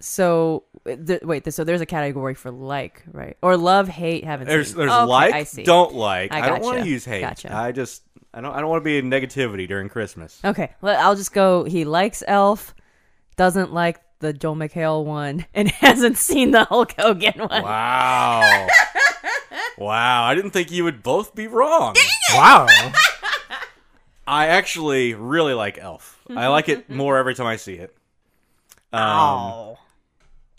[SPEAKER 2] So th- wait, th- so there's a category for like, right? Or love, hate, haven't
[SPEAKER 1] There's
[SPEAKER 2] seen.
[SPEAKER 1] there's
[SPEAKER 2] Okay,
[SPEAKER 1] like,
[SPEAKER 2] I see.
[SPEAKER 1] don't like.
[SPEAKER 2] I
[SPEAKER 1] I, don't want to
[SPEAKER 2] gotcha.
[SPEAKER 1] use hate.
[SPEAKER 2] Gotcha.
[SPEAKER 1] I just I don't I don't want to be in negativity during Christmas.
[SPEAKER 2] Okay, well, I'll just go. He likes Elf, doesn't like the Joel McHale one, and hasn't seen the Hulk Hogan one.
[SPEAKER 1] Wow. wow. I didn't think you would both be wrong.
[SPEAKER 3] wow.
[SPEAKER 1] I actually really like Elf. I like it more every time I see it. Um,
[SPEAKER 2] Wow.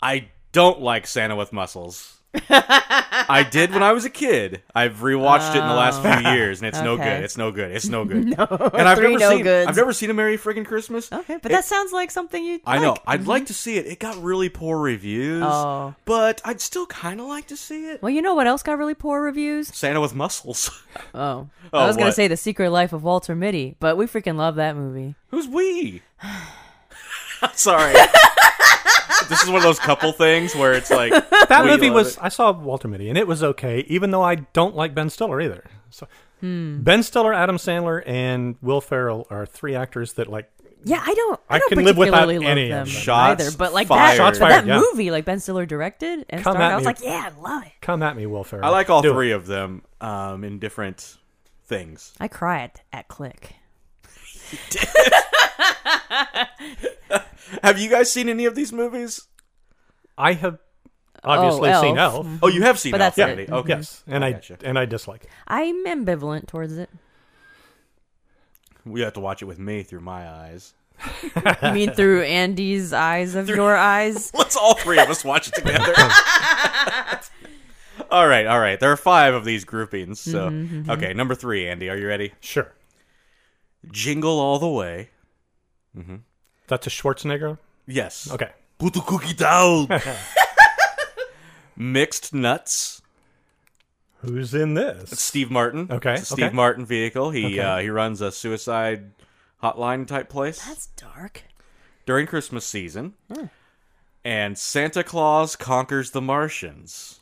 [SPEAKER 1] I don't like Santa with muscles. I did when I was a kid. I've rewatched it in the last few years, and it's no
[SPEAKER 2] Oh. Okay.
[SPEAKER 1] good. It's no good. It's no good. no, and I've
[SPEAKER 2] three
[SPEAKER 1] never
[SPEAKER 2] Oh. no
[SPEAKER 1] seen.
[SPEAKER 2] goods.
[SPEAKER 1] I've never seen a Merry Friggin' Christmas.
[SPEAKER 2] Okay, but that sounds like something you.
[SPEAKER 1] I know. I'd like to see it. It got really poor reviews,
[SPEAKER 2] Oh.
[SPEAKER 1] but I'd still kind of like to see it.
[SPEAKER 2] Well, you know what else got really poor reviews?
[SPEAKER 1] Santa with muscles.
[SPEAKER 2] Oh,
[SPEAKER 1] Oh,
[SPEAKER 2] I was gonna
[SPEAKER 1] what?
[SPEAKER 2] say the Secret Life of Walter Mitty, but we freaking love that movie.
[SPEAKER 1] Who's we? I'm sorry. this is one of those couple things where it's like
[SPEAKER 3] That
[SPEAKER 1] we
[SPEAKER 3] movie
[SPEAKER 1] love
[SPEAKER 3] was.
[SPEAKER 1] it.
[SPEAKER 3] I saw Walter Mitty, and it was okay, even though I don't like Ben Stiller either. So
[SPEAKER 2] Hmm.
[SPEAKER 3] Ben Stiller, Adam Sandler, and Will Ferrell are three actors that like.
[SPEAKER 2] Yeah, I don't. I,
[SPEAKER 3] I
[SPEAKER 2] don't
[SPEAKER 3] can live without
[SPEAKER 2] particularly love
[SPEAKER 3] any of
[SPEAKER 2] them
[SPEAKER 3] them.
[SPEAKER 1] Shots
[SPEAKER 2] either. But like that,
[SPEAKER 1] fired.
[SPEAKER 3] Shots
[SPEAKER 2] but
[SPEAKER 3] fired,
[SPEAKER 2] that
[SPEAKER 3] yeah.
[SPEAKER 2] movie, like Ben Stiller directed and
[SPEAKER 3] Come
[SPEAKER 2] starred,
[SPEAKER 3] at
[SPEAKER 2] I was
[SPEAKER 3] me.
[SPEAKER 2] like, yeah, I love it.
[SPEAKER 3] Come at me, Will Ferrell.
[SPEAKER 1] I like all
[SPEAKER 3] Do it.
[SPEAKER 1] three of them um, in different things.
[SPEAKER 2] I cried at Click.
[SPEAKER 1] Have you guys seen any of these movies?
[SPEAKER 3] I have obviously
[SPEAKER 2] Oh,
[SPEAKER 3] seen
[SPEAKER 2] Elf.
[SPEAKER 3] Elf.
[SPEAKER 1] Oh, you have seen
[SPEAKER 2] But
[SPEAKER 1] Elf
[SPEAKER 2] that's
[SPEAKER 1] already.
[SPEAKER 2] it.
[SPEAKER 1] Okay.
[SPEAKER 3] Yes, and I,
[SPEAKER 1] gotcha.
[SPEAKER 3] and I dislike. it.
[SPEAKER 2] I'm ambivalent towards it.
[SPEAKER 1] We have to watch it with me through my eyes.
[SPEAKER 2] You mean through Andy's eyes of your eyes?
[SPEAKER 1] Let's all three of us watch it together. all right, all
[SPEAKER 3] Mm-hmm,
[SPEAKER 1] right. There are five of these groupings. So, okay, number three, Andy. Are you ready?
[SPEAKER 3] Sure.
[SPEAKER 1] Jingle All the Way.
[SPEAKER 3] That's a Schwarzenegger.
[SPEAKER 1] Yes.
[SPEAKER 3] Okay.
[SPEAKER 1] Put the cookie down. Mixed Nuts.
[SPEAKER 3] Who's in this?
[SPEAKER 1] Steve Martin.
[SPEAKER 3] Okay,
[SPEAKER 1] It's a Steve
[SPEAKER 3] okay.
[SPEAKER 1] Martin vehicle. He
[SPEAKER 3] Okay.
[SPEAKER 1] uh, he runs a suicide hotline type place
[SPEAKER 2] That's dark.
[SPEAKER 1] during Christmas season.
[SPEAKER 3] Hmm.
[SPEAKER 1] And Santa Claus conquers the Martians.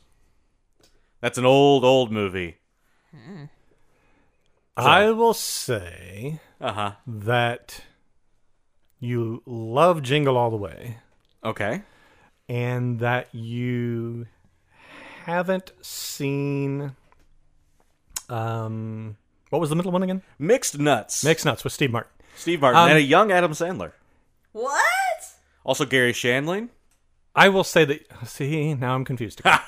[SPEAKER 1] That's an old old movie.
[SPEAKER 3] I will say
[SPEAKER 1] Uh huh.
[SPEAKER 3] that you love Jingle All the Way
[SPEAKER 1] Okay.
[SPEAKER 3] and that you haven't seen. Um, what was the middle one again?
[SPEAKER 1] Mixed Nuts.
[SPEAKER 3] Mixed Nuts with Steve Martin.
[SPEAKER 1] Steve Martin
[SPEAKER 3] Um,
[SPEAKER 1] and a young Adam Sandler.
[SPEAKER 2] What?
[SPEAKER 1] Also Gary Shandling.
[SPEAKER 3] I will say that. See, now I'm confused. again.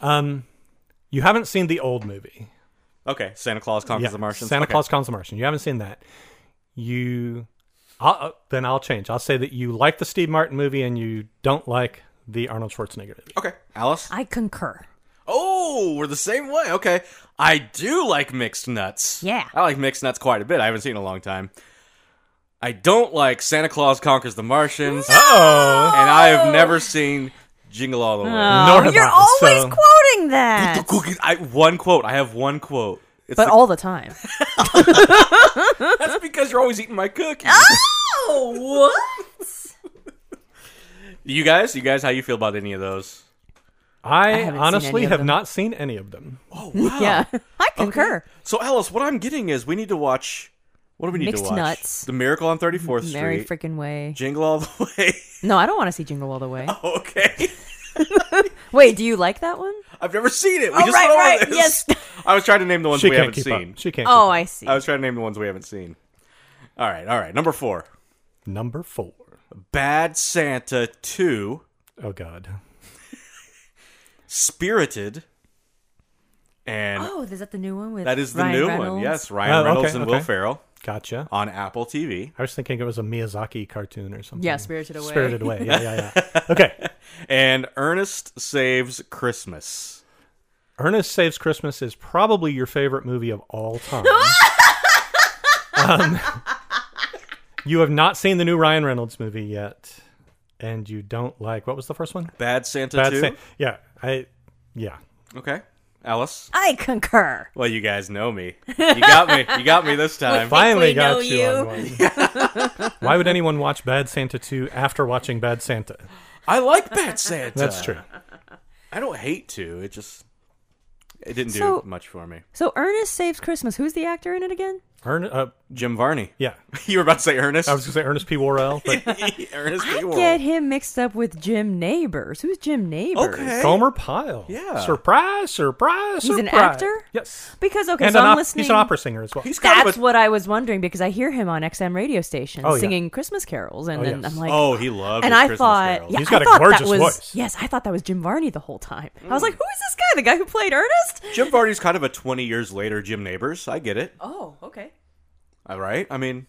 [SPEAKER 3] um, you haven't seen the old movie.
[SPEAKER 1] Okay. Santa Claus conquers
[SPEAKER 3] Yeah,
[SPEAKER 1] the Martians.
[SPEAKER 3] Santa
[SPEAKER 1] Okay.
[SPEAKER 3] Claus Conquers the Martian. You haven't seen that. You, I'll, uh, then I'll change. I'll say that you like the Steve Martin movie and you don't like the Arnold Schwarzenegger movie.
[SPEAKER 1] Okay. Alice.
[SPEAKER 2] I concur.
[SPEAKER 1] Oh, we're the same way. Okay. I do like mixed nuts.
[SPEAKER 2] Yeah.
[SPEAKER 1] I like mixed nuts quite a bit. I haven't seen it in a long time. I don't like Santa Claus Conquers the Martians.
[SPEAKER 3] Oh,
[SPEAKER 1] And I have never seen Jingle All the Way.
[SPEAKER 3] Nor
[SPEAKER 2] Oh,
[SPEAKER 3] have
[SPEAKER 2] you're
[SPEAKER 3] I,
[SPEAKER 2] always
[SPEAKER 3] so-
[SPEAKER 2] quoting that,
[SPEAKER 1] The cookies- I, one quote. I have one quote. It's
[SPEAKER 2] but
[SPEAKER 1] the-
[SPEAKER 2] all the time.
[SPEAKER 1] that's because you're always eating my cookies.
[SPEAKER 2] Ah! oh, what?
[SPEAKER 1] You guys, you guys, how you feel about any of those?
[SPEAKER 3] I,
[SPEAKER 2] haven't seen any
[SPEAKER 3] honestly
[SPEAKER 2] of
[SPEAKER 3] have
[SPEAKER 2] them.
[SPEAKER 3] not seen any of them.
[SPEAKER 1] Oh wow.
[SPEAKER 2] Yeah, I concur.
[SPEAKER 1] So Alice, what I'm getting is we need to watch. What do we need
[SPEAKER 2] Mixed
[SPEAKER 1] to watch?
[SPEAKER 2] Nuts.
[SPEAKER 1] The Miracle on 34th
[SPEAKER 2] Merry
[SPEAKER 1] Street.
[SPEAKER 2] freaking way.
[SPEAKER 1] Jingle All the Way.
[SPEAKER 2] No, I don't want to see Jingle All the Way.
[SPEAKER 1] Oh. okay.
[SPEAKER 2] Wait, do you like that one?
[SPEAKER 1] I've never seen it. We
[SPEAKER 2] Oh,
[SPEAKER 1] just
[SPEAKER 2] right,
[SPEAKER 1] went over
[SPEAKER 2] right,
[SPEAKER 1] this.
[SPEAKER 2] yes.
[SPEAKER 1] I was trying to name the ones
[SPEAKER 3] She
[SPEAKER 1] we haven't
[SPEAKER 3] can't keep
[SPEAKER 1] seen.
[SPEAKER 3] up. She can't.
[SPEAKER 2] Oh,
[SPEAKER 3] keep
[SPEAKER 2] I see.
[SPEAKER 1] I was trying to name the ones we haven't seen. All right, all right. Number four,
[SPEAKER 3] up. Number four.
[SPEAKER 1] Bad Santa Two,
[SPEAKER 3] Oh God.
[SPEAKER 1] Spirited, and
[SPEAKER 2] oh, is that the new one with
[SPEAKER 1] that is the
[SPEAKER 2] Ryan
[SPEAKER 1] new
[SPEAKER 2] Reynolds?
[SPEAKER 1] one. Yes, Ryan
[SPEAKER 3] Oh, okay,
[SPEAKER 1] Reynolds and Will
[SPEAKER 3] okay.
[SPEAKER 1] Ferrell
[SPEAKER 3] Gotcha.
[SPEAKER 1] on Apple TV,
[SPEAKER 3] I was thinking it was a Miyazaki cartoon or something.
[SPEAKER 2] Yeah, Spirited Away.
[SPEAKER 3] Spirited Away. Yeah, yeah, yeah. okay.
[SPEAKER 1] and Ernest Saves Christmas.
[SPEAKER 3] Ernest Saves Christmas is probably your favorite movie of all time. Um, you have not seen the new Ryan Reynolds movie yet, and you don't like what was the first one?
[SPEAKER 1] Bad Santa
[SPEAKER 3] Bad
[SPEAKER 1] Two.
[SPEAKER 3] Sa- yeah, I yeah.
[SPEAKER 1] okay, Alice.
[SPEAKER 2] I concur.
[SPEAKER 1] Well, you guys know me. You got me. You got me this time.
[SPEAKER 3] Finally
[SPEAKER 2] we know
[SPEAKER 3] got you,
[SPEAKER 2] you.
[SPEAKER 3] on one. Why would anyone watch Bad Santa 2 after watching Bad Santa?
[SPEAKER 1] I like Bad Santa.
[SPEAKER 3] That's true.
[SPEAKER 1] I don't hate to. It just it didn't
[SPEAKER 2] So-
[SPEAKER 1] do much for me.
[SPEAKER 2] So Ernest Saves Christmas. Who's the actor in it again?
[SPEAKER 3] Ernest, uh,
[SPEAKER 1] Jim Varney.
[SPEAKER 3] yeah,
[SPEAKER 1] you were about to say Ernest.
[SPEAKER 3] I was going to say Ernest P. Worrell, but
[SPEAKER 1] Ernest
[SPEAKER 2] I
[SPEAKER 1] P.
[SPEAKER 2] get him mixed up with Jim Neighbors. Who's Jim Neighbors?
[SPEAKER 1] Okay.
[SPEAKER 3] Homer Pyle.
[SPEAKER 1] Yeah.
[SPEAKER 3] surprise, surprise,
[SPEAKER 2] He's an
[SPEAKER 3] surprise.
[SPEAKER 2] actor?
[SPEAKER 3] Yes,
[SPEAKER 2] Because okay,
[SPEAKER 3] and
[SPEAKER 2] so
[SPEAKER 3] an
[SPEAKER 2] I'm
[SPEAKER 3] op-
[SPEAKER 2] listening.
[SPEAKER 3] he's an opera singer as well.
[SPEAKER 1] He's kind
[SPEAKER 2] That's
[SPEAKER 1] of a,
[SPEAKER 2] what I was wondering because I hear him on XM radio stations
[SPEAKER 3] Oh, yeah.
[SPEAKER 2] singing Christmas carols, and
[SPEAKER 3] Oh,
[SPEAKER 2] then
[SPEAKER 3] yes.
[SPEAKER 2] I'm like,
[SPEAKER 1] Oh, he loved
[SPEAKER 2] and
[SPEAKER 1] his
[SPEAKER 2] I
[SPEAKER 1] Christmas
[SPEAKER 2] thought,
[SPEAKER 1] carols.
[SPEAKER 2] yeah,
[SPEAKER 3] He's
[SPEAKER 2] I
[SPEAKER 3] got a
[SPEAKER 2] thought that
[SPEAKER 3] gorgeous
[SPEAKER 2] was
[SPEAKER 3] voice.
[SPEAKER 2] yes, I thought that was Jim Varney the whole time. I
[SPEAKER 1] Mm.
[SPEAKER 2] was like, who is this guy? The guy who played Ernest?
[SPEAKER 1] Jim Varney's kind of a 20 years later Jim Neighbors. I get it.
[SPEAKER 2] Oh, okay.
[SPEAKER 1] All right. I mean,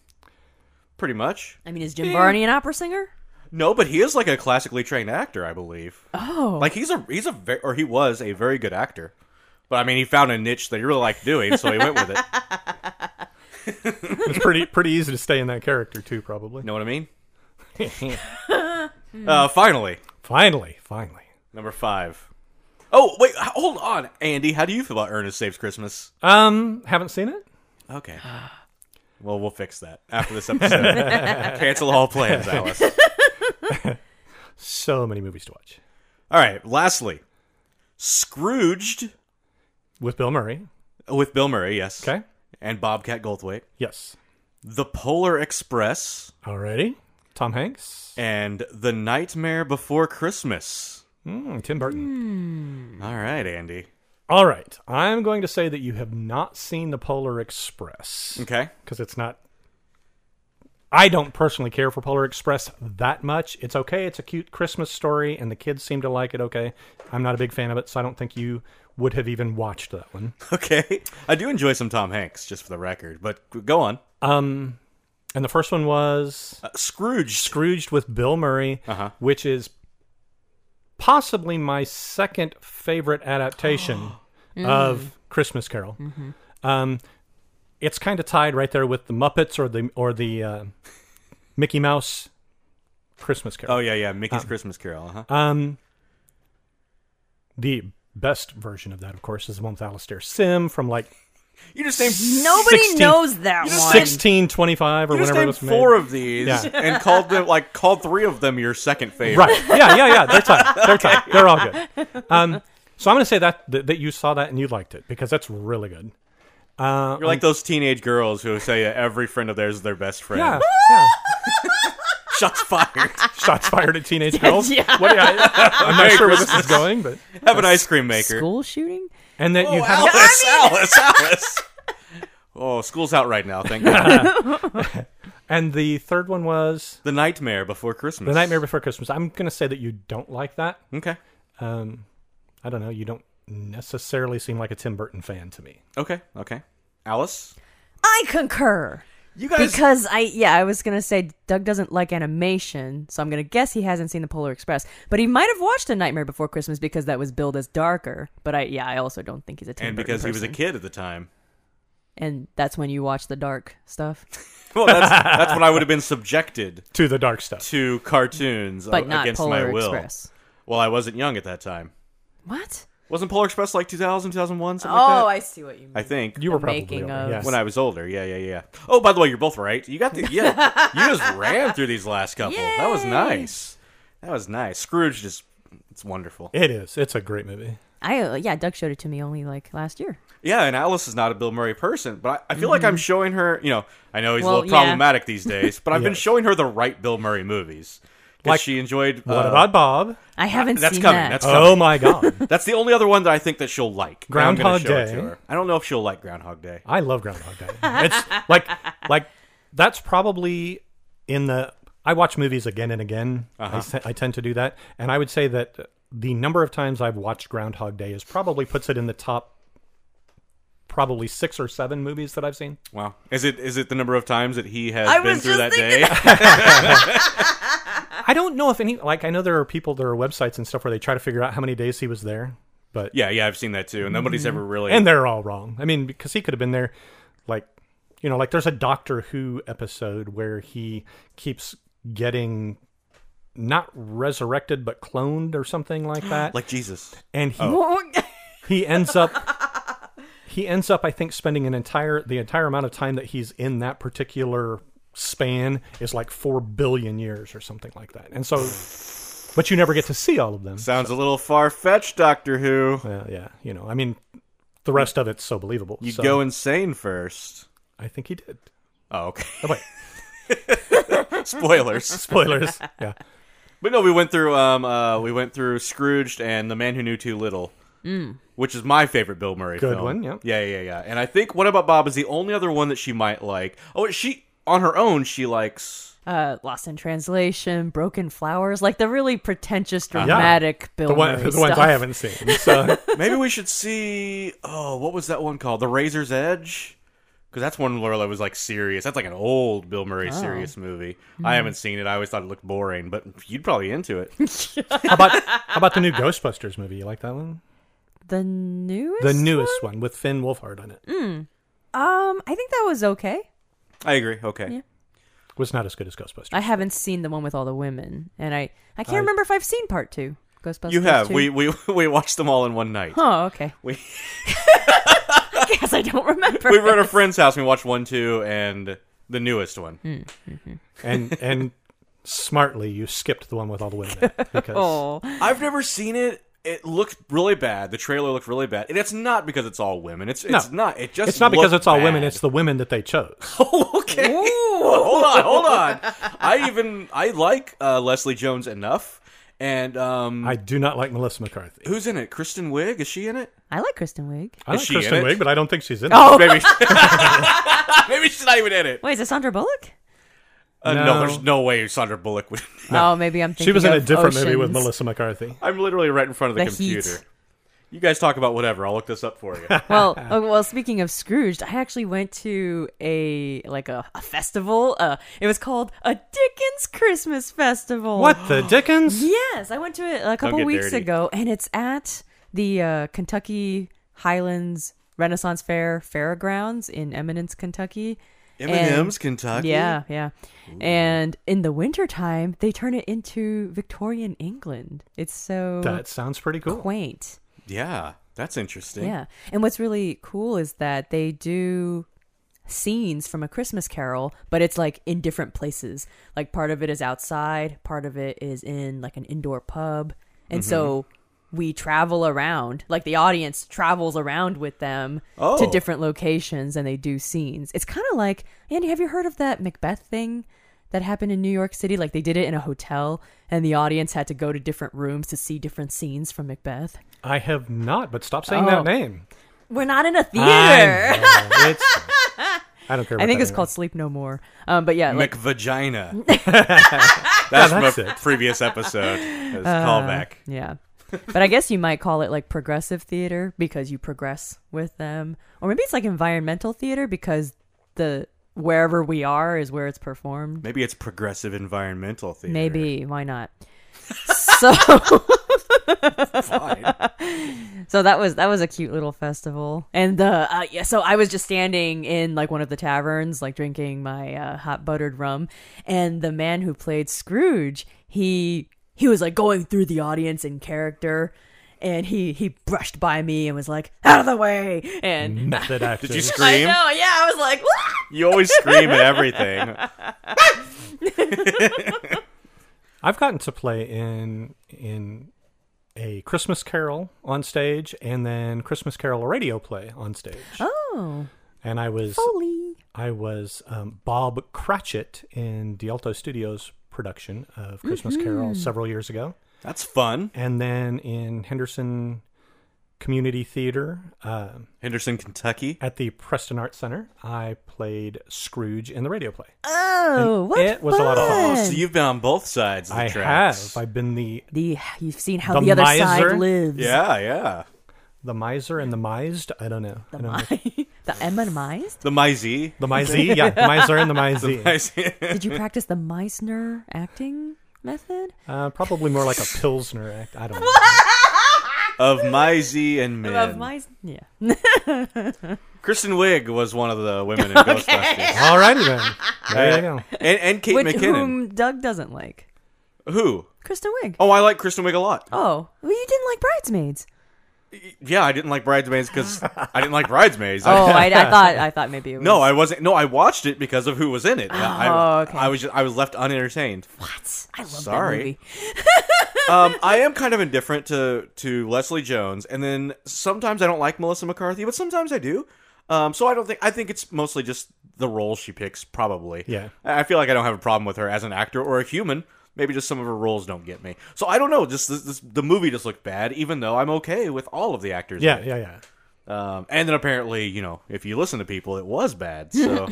[SPEAKER 1] pretty much.
[SPEAKER 2] I mean, is Jim Varney an opera singer?
[SPEAKER 1] No, but he is like a classically trained actor, I believe.
[SPEAKER 2] Oh,
[SPEAKER 1] Like he's a he's a ve- or he was a very good actor. But I mean, he found a niche that he really liked doing, so he went with it. You
[SPEAKER 3] It's pretty pretty easy to stay in that character too, probably.
[SPEAKER 1] know what I mean? Uh, finally,
[SPEAKER 3] Finally, finally.
[SPEAKER 1] number five. Oh wait, h- hold on, Andy. How do you feel about Ernest Saves Christmas?
[SPEAKER 3] Um, haven't seen it.
[SPEAKER 1] Okay. Well, we'll fix that after this episode. Cancel all plans, Alice.
[SPEAKER 3] So many movies to watch
[SPEAKER 1] All right. Lastly, Scrooged
[SPEAKER 3] with Bill Murray.
[SPEAKER 1] with Bill Murray, yes,
[SPEAKER 3] Okay.
[SPEAKER 1] and Bobcat Goldthwait,
[SPEAKER 3] Yes.
[SPEAKER 1] The Polar Express,
[SPEAKER 3] Alrighty. Tom Hanks.
[SPEAKER 1] and The Nightmare Before Christmas.
[SPEAKER 3] Mm, Tim Burton.
[SPEAKER 1] All right, Andy.
[SPEAKER 3] All right. I'm going to say that you have not seen The Polar Express
[SPEAKER 1] Okay.
[SPEAKER 3] because it's not. I don't personally care for Polar Express that much. It's okay. It's a cute Christmas story, and the kids seem to like it. Okay. I'm not a big fan of it, so I don't think you would have even watched that one.
[SPEAKER 1] Okay. I do enjoy some Tom Hanks, just for the record, but go on.
[SPEAKER 3] Um, and the first one was
[SPEAKER 1] Uh, Scrooge.
[SPEAKER 3] Scrooged with Bill Murray,
[SPEAKER 1] Uh-huh.
[SPEAKER 3] which is possibly my second
[SPEAKER 2] Mm. Mm-hmm.
[SPEAKER 3] favorite adaptation of Christmas Carol. Um, it's kind of tied right there with the Muppets or the or the uh, Mickey Mouse Christmas Carol.
[SPEAKER 1] Oh yeah, yeah. Mickey's
[SPEAKER 3] Uh,
[SPEAKER 1] Christmas Carol. uh-huh. Huh?
[SPEAKER 3] Um, the best version of that, of course, is the one with Alastair Sim from like
[SPEAKER 1] You just named
[SPEAKER 2] Nobody
[SPEAKER 3] 16
[SPEAKER 2] knows that
[SPEAKER 1] You just
[SPEAKER 2] one.
[SPEAKER 1] Fun.
[SPEAKER 3] 1625 or
[SPEAKER 1] you just
[SPEAKER 3] whenever it
[SPEAKER 1] named
[SPEAKER 3] was made.
[SPEAKER 1] four of these
[SPEAKER 3] Yeah.
[SPEAKER 1] and called them like called three of them your second favorite.
[SPEAKER 3] Right. Yeah, yeah, yeah. They're tight. They're tight. They're all good. Um, so I'm going to say that, that that you saw that and you liked it because that's really good. Uh,
[SPEAKER 1] You're like those teenage girls who say uh, every friend of theirs is their best friend.
[SPEAKER 3] yeah, yeah.
[SPEAKER 1] Shots fired.
[SPEAKER 3] Shots fired at teenage girls.
[SPEAKER 2] Yeah.
[SPEAKER 3] What, I, I'm not sure where this is going, but
[SPEAKER 1] Have an ice cream maker.
[SPEAKER 2] School shooting?
[SPEAKER 3] and that you
[SPEAKER 1] Oh,
[SPEAKER 3] have
[SPEAKER 1] Alice, Alice, Alice. Oh, school's out right now. Thank God.
[SPEAKER 3] and the third one was
[SPEAKER 1] the Nightmare Before Christmas.
[SPEAKER 3] the Nightmare Before Christmas. I'm going to say that you don't like that.
[SPEAKER 1] Okay.
[SPEAKER 3] Um, I don't know. You don't necessarily seem like a Tim Burton fan to me.
[SPEAKER 1] Okay. Okay. Alice.
[SPEAKER 2] I concur.
[SPEAKER 1] You guys.
[SPEAKER 2] Because I, yeah, I was gonna say Doug doesn't like animation, so I'm gonna guess he hasn't seen the Polar Express, but he might have watched A Nightmare Before Christmas because that was billed as darker. But I, yeah, I also don't think he's a Tim
[SPEAKER 1] and
[SPEAKER 2] Burton
[SPEAKER 1] because he was a
[SPEAKER 2] person.
[SPEAKER 1] kid at the time.
[SPEAKER 2] and that's when you watch the dark stuff.
[SPEAKER 1] Well, that's, that's when I would have been subjected
[SPEAKER 3] To the dark stuff.
[SPEAKER 1] to cartoons
[SPEAKER 2] But
[SPEAKER 1] a-
[SPEAKER 2] not
[SPEAKER 1] against
[SPEAKER 2] Polar
[SPEAKER 1] my will.
[SPEAKER 2] Express.
[SPEAKER 1] Well, I wasn't young at that time.
[SPEAKER 2] What?
[SPEAKER 1] Wasn't Polar Express like 2000, 2001, something like
[SPEAKER 4] Oh,
[SPEAKER 1] that?
[SPEAKER 4] I see what you mean.
[SPEAKER 1] I think.
[SPEAKER 3] You were
[SPEAKER 2] The
[SPEAKER 3] probably
[SPEAKER 2] making
[SPEAKER 3] older,
[SPEAKER 2] of-
[SPEAKER 3] yes.
[SPEAKER 1] when I was older. Yeah, yeah, yeah. Oh, by the way, you're both right. You got the yeah. you just ran through these last couple. That was nice. That was nice. Scrooge just it's wonderful.
[SPEAKER 3] It is. It's a great movie.
[SPEAKER 2] I uh, yeah, Doug showed it to me only like last year.
[SPEAKER 1] Yeah, and Alice is not a Bill Murray person, but I, I feel like I'm showing her, you know, I know he's a
[SPEAKER 2] Mm-hmm. Well,
[SPEAKER 1] little
[SPEAKER 2] yeah.
[SPEAKER 1] problematic these days, but I've been
[SPEAKER 3] Yes.
[SPEAKER 1] showing her the right Bill Murray movies.
[SPEAKER 3] Like,
[SPEAKER 1] Like she enjoyed
[SPEAKER 3] what
[SPEAKER 1] uh,
[SPEAKER 3] about Bob?
[SPEAKER 2] I haven't
[SPEAKER 1] that's
[SPEAKER 2] seen
[SPEAKER 1] coming.
[SPEAKER 2] that.
[SPEAKER 1] That's
[SPEAKER 3] Oh
[SPEAKER 1] coming.
[SPEAKER 3] my God.
[SPEAKER 1] That's the only other one that I think that she'll like. and I'm gonna
[SPEAKER 3] Groundhog
[SPEAKER 1] show it
[SPEAKER 3] Day.
[SPEAKER 1] to her. I don't know if she'll like Groundhog Day.
[SPEAKER 3] I love Groundhog Day. It's like like that's probably in the I watch movies again and again. I se- I, tend to do that, and I would say that the number of times I've watched Groundhog Day is probably puts it in the top probably six or seven movies that I've seen.
[SPEAKER 1] Wow. Is it is it the number of times that he has
[SPEAKER 4] I
[SPEAKER 1] been
[SPEAKER 4] was
[SPEAKER 1] through that
[SPEAKER 4] just
[SPEAKER 1] day?
[SPEAKER 3] I don't know if any like I know there are people there are websites and stuff where they try to figure out how many days he was there, but
[SPEAKER 1] yeah, yeah, I've seen that too. And nobody's ever really
[SPEAKER 3] and they're all wrong. I mean, because he could have been there, like, you know, like there's a Doctor Who episode where he keeps getting not resurrected but cloned or something like that,
[SPEAKER 1] like oh. Jesus.
[SPEAKER 3] and he he ends up he ends up I think spending an entire the entire amount of time that he's in that particular span is like four billion years or something like that, and so. But you never get to see all of them.
[SPEAKER 1] Sounds a little far fetched, Doctor Who.
[SPEAKER 3] Uh, yeah, you know, I mean, the rest of it's so believable.
[SPEAKER 1] You
[SPEAKER 3] so
[SPEAKER 1] go insane first.
[SPEAKER 3] I think he did.
[SPEAKER 1] Oh, okay.
[SPEAKER 3] Oh, wait.
[SPEAKER 1] Spoilers.
[SPEAKER 3] spoilers. yeah.
[SPEAKER 1] but no, we went through um uh we went through Scrooged and The Man Who Knew Too Little.
[SPEAKER 4] Mm.
[SPEAKER 1] Which is my favorite Bill Murray
[SPEAKER 3] Good
[SPEAKER 1] film.
[SPEAKER 3] one, yep.
[SPEAKER 1] Yeah, yeah, yeah. And I think What About Bob is the only other one that she might like. Oh, she on her own she likes
[SPEAKER 2] uh, Lost in Translation, Broken Flowers, like the really pretentious,
[SPEAKER 1] Uh-huh.
[SPEAKER 2] dramatic Bill
[SPEAKER 3] The, one,
[SPEAKER 2] Murray
[SPEAKER 3] the ones
[SPEAKER 2] stuff.
[SPEAKER 3] I haven't seen. So
[SPEAKER 1] Maybe we should see. Oh, what was that one called? The Razor's Edge, because that's one where it was like serious. That's like an old Bill Murray serious movie. I haven't seen it. I always thought it looked boring, but you'd probably into it.
[SPEAKER 3] how about how about the new Ghostbusters movie? You like that one?
[SPEAKER 2] The newest.
[SPEAKER 3] The newest one with Finn Wolfhard on it.
[SPEAKER 2] Um, I think that was okay.
[SPEAKER 1] I agree. Okay.
[SPEAKER 3] Was not as good as Ghostbusters.
[SPEAKER 2] I haven't seen the one with all the women, and I I can't
[SPEAKER 3] I-
[SPEAKER 2] remember if I've seen part two. Ghostbusters.
[SPEAKER 1] You have
[SPEAKER 2] 2.
[SPEAKER 1] we, we we watched them all in one night.
[SPEAKER 2] Oh, okay.
[SPEAKER 1] We
[SPEAKER 2] I guess I don't remember.
[SPEAKER 1] we were at a friend's house. and We watched one, two, and the newest one.
[SPEAKER 3] Hmm. and and smartly you skipped the one with all the women in it because
[SPEAKER 2] Oh,
[SPEAKER 1] I've never seen it. It looked really bad. The trailer looked really bad, and it's not because it's all women. It's it's
[SPEAKER 3] No.
[SPEAKER 1] not. It just
[SPEAKER 3] it's not because
[SPEAKER 1] looked
[SPEAKER 3] it's all women,
[SPEAKER 1] bad.
[SPEAKER 3] it's the women that they chose.
[SPEAKER 1] Oh, okay. hold on, hold on. I even I like uh, Leslie Jones enough, and um,
[SPEAKER 3] I do not like Melissa McCarthy.
[SPEAKER 1] who's in it? Kristen Wiig? Is she in it?
[SPEAKER 2] I like Kristen Wiig.
[SPEAKER 3] I
[SPEAKER 1] Is
[SPEAKER 3] like
[SPEAKER 1] she in it?
[SPEAKER 3] Kristen Wiig, but I don't think she's in it.
[SPEAKER 2] Oh,
[SPEAKER 1] Maybe. Maybe she's not even in it.
[SPEAKER 2] wait, is it Sandra Bullock?
[SPEAKER 1] Uh, no.
[SPEAKER 3] No.
[SPEAKER 1] there's no way Sandra Bullock would.
[SPEAKER 2] Oh, maybe I'm. Thinking
[SPEAKER 3] She was in a
[SPEAKER 2] of
[SPEAKER 3] different movie with
[SPEAKER 2] Oceans.
[SPEAKER 3] Melissa McCarthy.
[SPEAKER 1] I'm literally right in front of the,
[SPEAKER 2] The heat.
[SPEAKER 1] computer. You guys talk about whatever. I'll look this up for you.
[SPEAKER 2] well, oh, well. Speaking of Scrooged, I actually went to a like a, a festival. Uh, it was called a Dickens Christmas Festival.
[SPEAKER 3] What the Dickens?
[SPEAKER 2] Yes, I went to it a couple
[SPEAKER 1] get
[SPEAKER 2] weeks
[SPEAKER 1] dirty.
[SPEAKER 2] ago, and it's at the uh, Kentucky Highlands Renaissance Fair Fairgrounds in Eminence, Kentucky.
[SPEAKER 1] M&M's Kentucky.
[SPEAKER 2] Yeah, yeah. And in the wintertime, they turn it into Victorian England. It's so
[SPEAKER 3] That sounds pretty cool.
[SPEAKER 2] quaint.
[SPEAKER 1] Yeah. That's interesting.
[SPEAKER 2] Yeah. And what's really cool is that they do scenes from a Christmas carol, but it's like in different places. Like part of it is outside, part of it is in like an indoor pub. And so we travel around, like the audience travels around with them to
[SPEAKER 1] Oh.
[SPEAKER 2] different locations and they do scenes. It's kind of like, Andy, have you heard of that Macbeth thing? That happened in New York City. Like they did it in a hotel, and the audience had to go to different rooms to see different scenes from Macbeth.
[SPEAKER 3] I have not, but stop saying
[SPEAKER 2] Oh.
[SPEAKER 3] that name.
[SPEAKER 2] We're not in a theater.
[SPEAKER 3] I, know, it's- I don't care.
[SPEAKER 2] I
[SPEAKER 3] about
[SPEAKER 2] think
[SPEAKER 3] that
[SPEAKER 2] it's called Sleep No More. Um, but yeah, like,
[SPEAKER 1] McVagina.
[SPEAKER 3] Yeah,
[SPEAKER 1] that's from
[SPEAKER 3] that's
[SPEAKER 1] a
[SPEAKER 3] it.
[SPEAKER 1] previous episode. That's
[SPEAKER 2] Uh,
[SPEAKER 1] callback.
[SPEAKER 2] yeah. But I guess you might call it like progressive theater because you progress with them, or maybe it's like environmental theater because the wherever we are is where it's performed.
[SPEAKER 1] Maybe it's progressive environmental theater.
[SPEAKER 2] Maybe why not? so
[SPEAKER 1] Fine.
[SPEAKER 2] so that was that was a cute little festival, and uh, uh yeah. So I was just standing in like one of the taverns, like drinking my uh, hot buttered rum, and the man who played Scrooge, he he was like going through the audience in character. And he, he brushed by me and was like, out of the way. And
[SPEAKER 3] Method acting.
[SPEAKER 1] Did you
[SPEAKER 2] I
[SPEAKER 1] scream?
[SPEAKER 2] know, yeah, I was like, "What?"
[SPEAKER 1] You always scream at everything.
[SPEAKER 3] I've gotten to play in in a Christmas Carol on stage, and then Christmas Carol radio play on stage.
[SPEAKER 2] Oh,
[SPEAKER 3] And I was
[SPEAKER 2] holy.
[SPEAKER 3] I was um, Bob Cratchit in D'Alto Studios production of Christmas Carol several years ago,
[SPEAKER 1] That's fun.
[SPEAKER 3] and then in Henderson Community Theater um
[SPEAKER 1] Henderson, Kentucky.
[SPEAKER 3] at the Preston Arts Center. I played Scrooge in the radio play.
[SPEAKER 2] Oh,
[SPEAKER 3] And
[SPEAKER 2] what?
[SPEAKER 3] it was a lot of fun.
[SPEAKER 1] Oh, so you've been on both sides of the
[SPEAKER 3] I
[SPEAKER 1] tracks.
[SPEAKER 3] have. I've been the
[SPEAKER 2] The, you've seen how the,
[SPEAKER 3] The
[SPEAKER 2] other
[SPEAKER 3] miser?
[SPEAKER 2] side lives.
[SPEAKER 1] Yeah, yeah.
[SPEAKER 3] the miser and the mised. I don't know. I don't know.
[SPEAKER 2] the Eminized?
[SPEAKER 1] The Mizey.
[SPEAKER 3] The misee, yeah, the miser and the misee.
[SPEAKER 2] Did you practice the Meissner acting method?
[SPEAKER 3] Uh, probably more like a pilsner act. I don't know.
[SPEAKER 1] of Mizey and men.
[SPEAKER 2] Of Meis- yeah.
[SPEAKER 1] Kristen Wiig was one of the women in Ghostbusters.
[SPEAKER 3] All righty then. There you go.
[SPEAKER 1] And, and Kate
[SPEAKER 2] Which,
[SPEAKER 1] McKinnon.
[SPEAKER 2] whom Doug doesn't like.
[SPEAKER 1] Who?
[SPEAKER 2] Kristen Wiig. Oh.
[SPEAKER 1] Oh, I like Kristen Wiig a lot.
[SPEAKER 2] well, you didn't like Bridesmaids.
[SPEAKER 1] Yeah, I didn't like Bridesmaids because I didn't like Bridesmaids.
[SPEAKER 2] Oh, I, I thought I thought maybe it was.
[SPEAKER 1] No, I wasn't. No, I watched it because of who was in it. I,
[SPEAKER 2] Oh, okay.
[SPEAKER 1] I was just, I was left unentertained.
[SPEAKER 2] I love
[SPEAKER 1] Sorry.
[SPEAKER 2] that movie.
[SPEAKER 1] Um, I am kind of indifferent to to Leslie Jones, and then sometimes I don't like Melissa McCarthy, but sometimes I do. Um, so I don't think I think it's mostly just the role she picks, probably.
[SPEAKER 3] Yeah.
[SPEAKER 1] I I feel like I don't have a problem with her as an actor or a human. Maybe just some of her roles don't get me. So I don't know. Just this, this, the movie just looked bad, even though I'm okay with all of the actors. in
[SPEAKER 3] Yeah,
[SPEAKER 1] it.
[SPEAKER 3] yeah, yeah.
[SPEAKER 1] Um, and then apparently, you know, if you listen to people, it was bad. So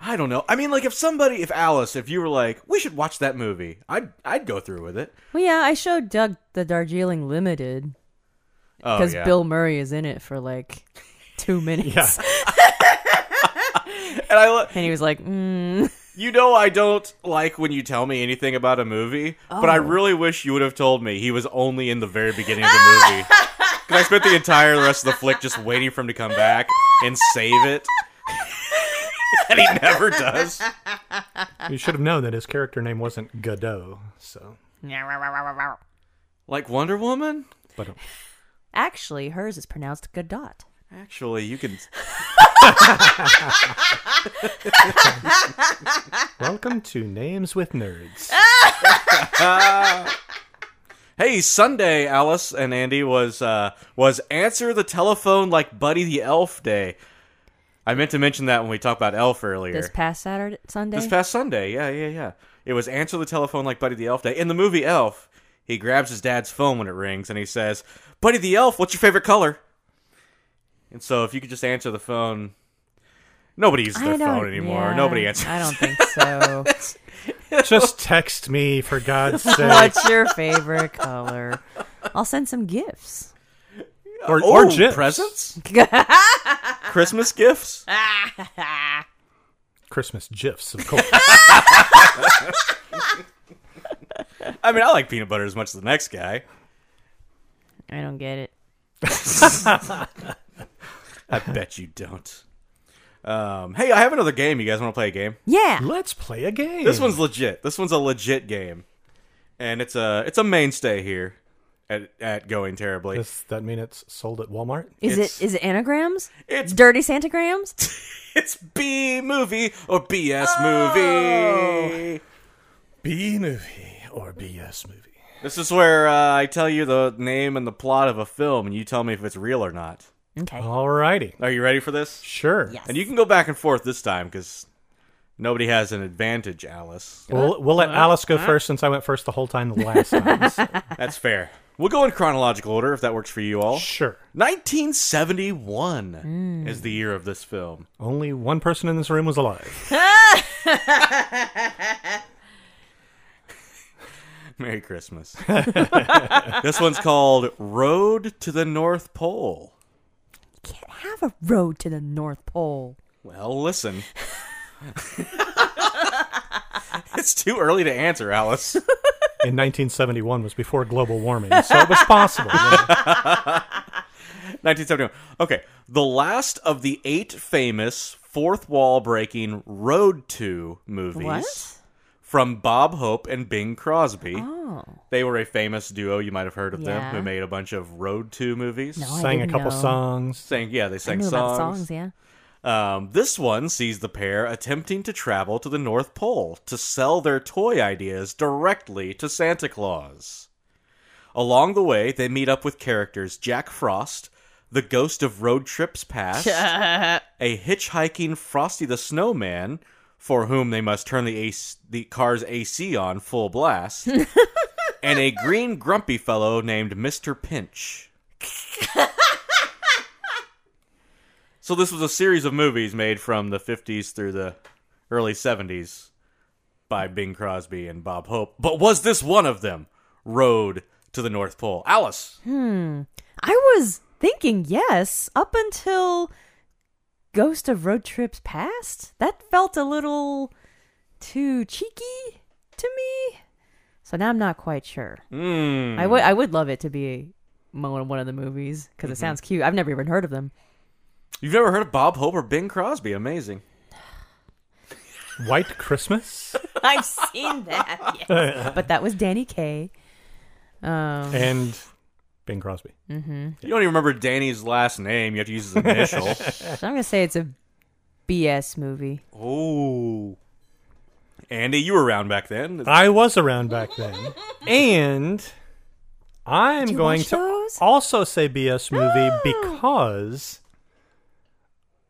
[SPEAKER 1] I don't know. I mean, like if somebody, if Alice, if you were like, we should watch that movie, I'd I'd go through with it.
[SPEAKER 2] Well, yeah, I showed Doug the Darjeeling Limited
[SPEAKER 1] Oh,
[SPEAKER 2] because
[SPEAKER 1] yeah.
[SPEAKER 2] Bill Murray is in it for like two minutes.
[SPEAKER 3] Yeah.
[SPEAKER 1] and I lo-
[SPEAKER 2] And he was like, mm.
[SPEAKER 1] you know I don't like when you tell me anything about a movie, but I really wish you would have told me he was only in the very beginning of the movie. Because I spent the entire rest of the flick just waiting for him to come back and save it. and he never does.
[SPEAKER 3] You should have known that his character name wasn't Godot. So,
[SPEAKER 1] Like Wonder Woman?
[SPEAKER 3] but um,
[SPEAKER 2] Actually, hers is pronounced Godot.
[SPEAKER 1] Actually, you can
[SPEAKER 3] welcome to Names with Nerds.
[SPEAKER 1] Hey, Sunday, Alice and Andy was uh, was answer the telephone like Buddy the Elf Day. I meant to mention that when we talked about Elf earlier.
[SPEAKER 2] This past Saturday, Sunday.
[SPEAKER 1] This past Sunday, yeah, yeah, yeah. It was answer the telephone like Buddy the Elf Day. In the movie Elf, he grabs his dad's phone when it rings and he says, "Buddy the Elf, what's your favorite color?" And so, if you could just answer the phone, nobody uses their
[SPEAKER 2] I don't-
[SPEAKER 1] phone anymore.
[SPEAKER 2] yeah,
[SPEAKER 1] Nobody answers.
[SPEAKER 2] I don't think so.
[SPEAKER 3] Just text me for God's sake,
[SPEAKER 2] What's your favorite color? I'll send some gifts.
[SPEAKER 3] or
[SPEAKER 1] Oh,
[SPEAKER 3] or gifs.
[SPEAKER 1] presents, Christmas gifts.
[SPEAKER 3] Christmas gifs, of course.
[SPEAKER 1] I mean, I like peanut butter as much as the next guy.
[SPEAKER 2] I don't get it.
[SPEAKER 1] I bet you don't. Um, hey, I have another game. You guys want to play a game?
[SPEAKER 2] Yeah.
[SPEAKER 3] Let's play a game.
[SPEAKER 1] This one's legit. This one's a legit game, and it's a it's a mainstay here at at going terribly.
[SPEAKER 3] Does that mean it's sold at Walmart?
[SPEAKER 2] Is
[SPEAKER 1] It's-
[SPEAKER 2] it is it anagrams?
[SPEAKER 1] It's-
[SPEAKER 2] dirty Santagrams.
[SPEAKER 1] It's B movie or BS movie.
[SPEAKER 3] B movie or BS movie?
[SPEAKER 1] This is where uh, I tell you the name and the plot of a film, and you tell me if it's real or not.
[SPEAKER 2] Okay.
[SPEAKER 3] Alrighty.
[SPEAKER 1] Are you ready for this?
[SPEAKER 3] Sure.
[SPEAKER 2] Yes.
[SPEAKER 1] Oh, And you can go back and forth this time because nobody has an advantage, Alice.
[SPEAKER 3] We'll, we'll let Alice go first since I went first the whole time the last time. so-
[SPEAKER 1] That's fair. We'll go in chronological order if that works for you all.
[SPEAKER 3] Sure.
[SPEAKER 1] 1971 is the year of this film.
[SPEAKER 3] Only one person in this room was alive.
[SPEAKER 1] Merry Christmas. this one's called Road to the North Pole.
[SPEAKER 2] Can't have a road to the North Pole.
[SPEAKER 1] Well, listen. it's too early to answer, Alice.
[SPEAKER 3] In 1971 was before global warming, so it was possible. yeah.
[SPEAKER 1] 1971. Okay. The last of the eight famous fourth wall breaking Road to movies
[SPEAKER 2] What?
[SPEAKER 1] from Bob Hope and Bing Crosby.
[SPEAKER 2] Oh.
[SPEAKER 1] They were a famous duo. You might have heard of
[SPEAKER 2] Yeah.
[SPEAKER 1] them who made a bunch of Road to movies.
[SPEAKER 2] No, I
[SPEAKER 3] Sang a
[SPEAKER 2] didn't
[SPEAKER 3] couple
[SPEAKER 2] know.
[SPEAKER 3] songs.
[SPEAKER 1] Sang, yeah, they
[SPEAKER 2] I
[SPEAKER 1] sang
[SPEAKER 2] knew about songs.
[SPEAKER 1] songs.
[SPEAKER 2] Yeah.
[SPEAKER 1] Um, this one sees the pair attempting to travel to the North Pole to sell their toy ideas directly to Santa Claus. Along the way, they meet up with characters Jack Frost, the ghost of road trips past, a hitchhiking Frosty the Snowman, for whom they must turn the, AC, the car's AC on full blast, and a green grumpy fellow named Mr. Pinch. So this was a series of movies made from the 50s through the early 70s by Bing Crosby and Bob Hope. But was this one of them? Road to the North Pole. Alice.
[SPEAKER 2] I was thinking yes up until Ghost of Road Trips Past. That felt a little too cheeky to me. So now I'm not quite sure.
[SPEAKER 1] Mm.
[SPEAKER 2] I would I would love it to be mo- one of the movies because it sounds cute. I've never even heard of them.
[SPEAKER 1] You've never heard of Bob Hope or Bing Crosby. Amazing.
[SPEAKER 3] White Christmas
[SPEAKER 2] I've seen that, yes. but that was Danny Kaye. Um,
[SPEAKER 3] and Bing Crosby.
[SPEAKER 1] You don't even remember Danny's last name. You have to use his initial.
[SPEAKER 2] so I'm gonna say it's a BS movie.
[SPEAKER 1] oh. Andy, you were around back then.
[SPEAKER 3] I was around back then. And I'm
[SPEAKER 2] you
[SPEAKER 3] going
[SPEAKER 2] watch
[SPEAKER 3] to
[SPEAKER 2] those?
[SPEAKER 3] also say BS movie
[SPEAKER 2] Oh.
[SPEAKER 3] because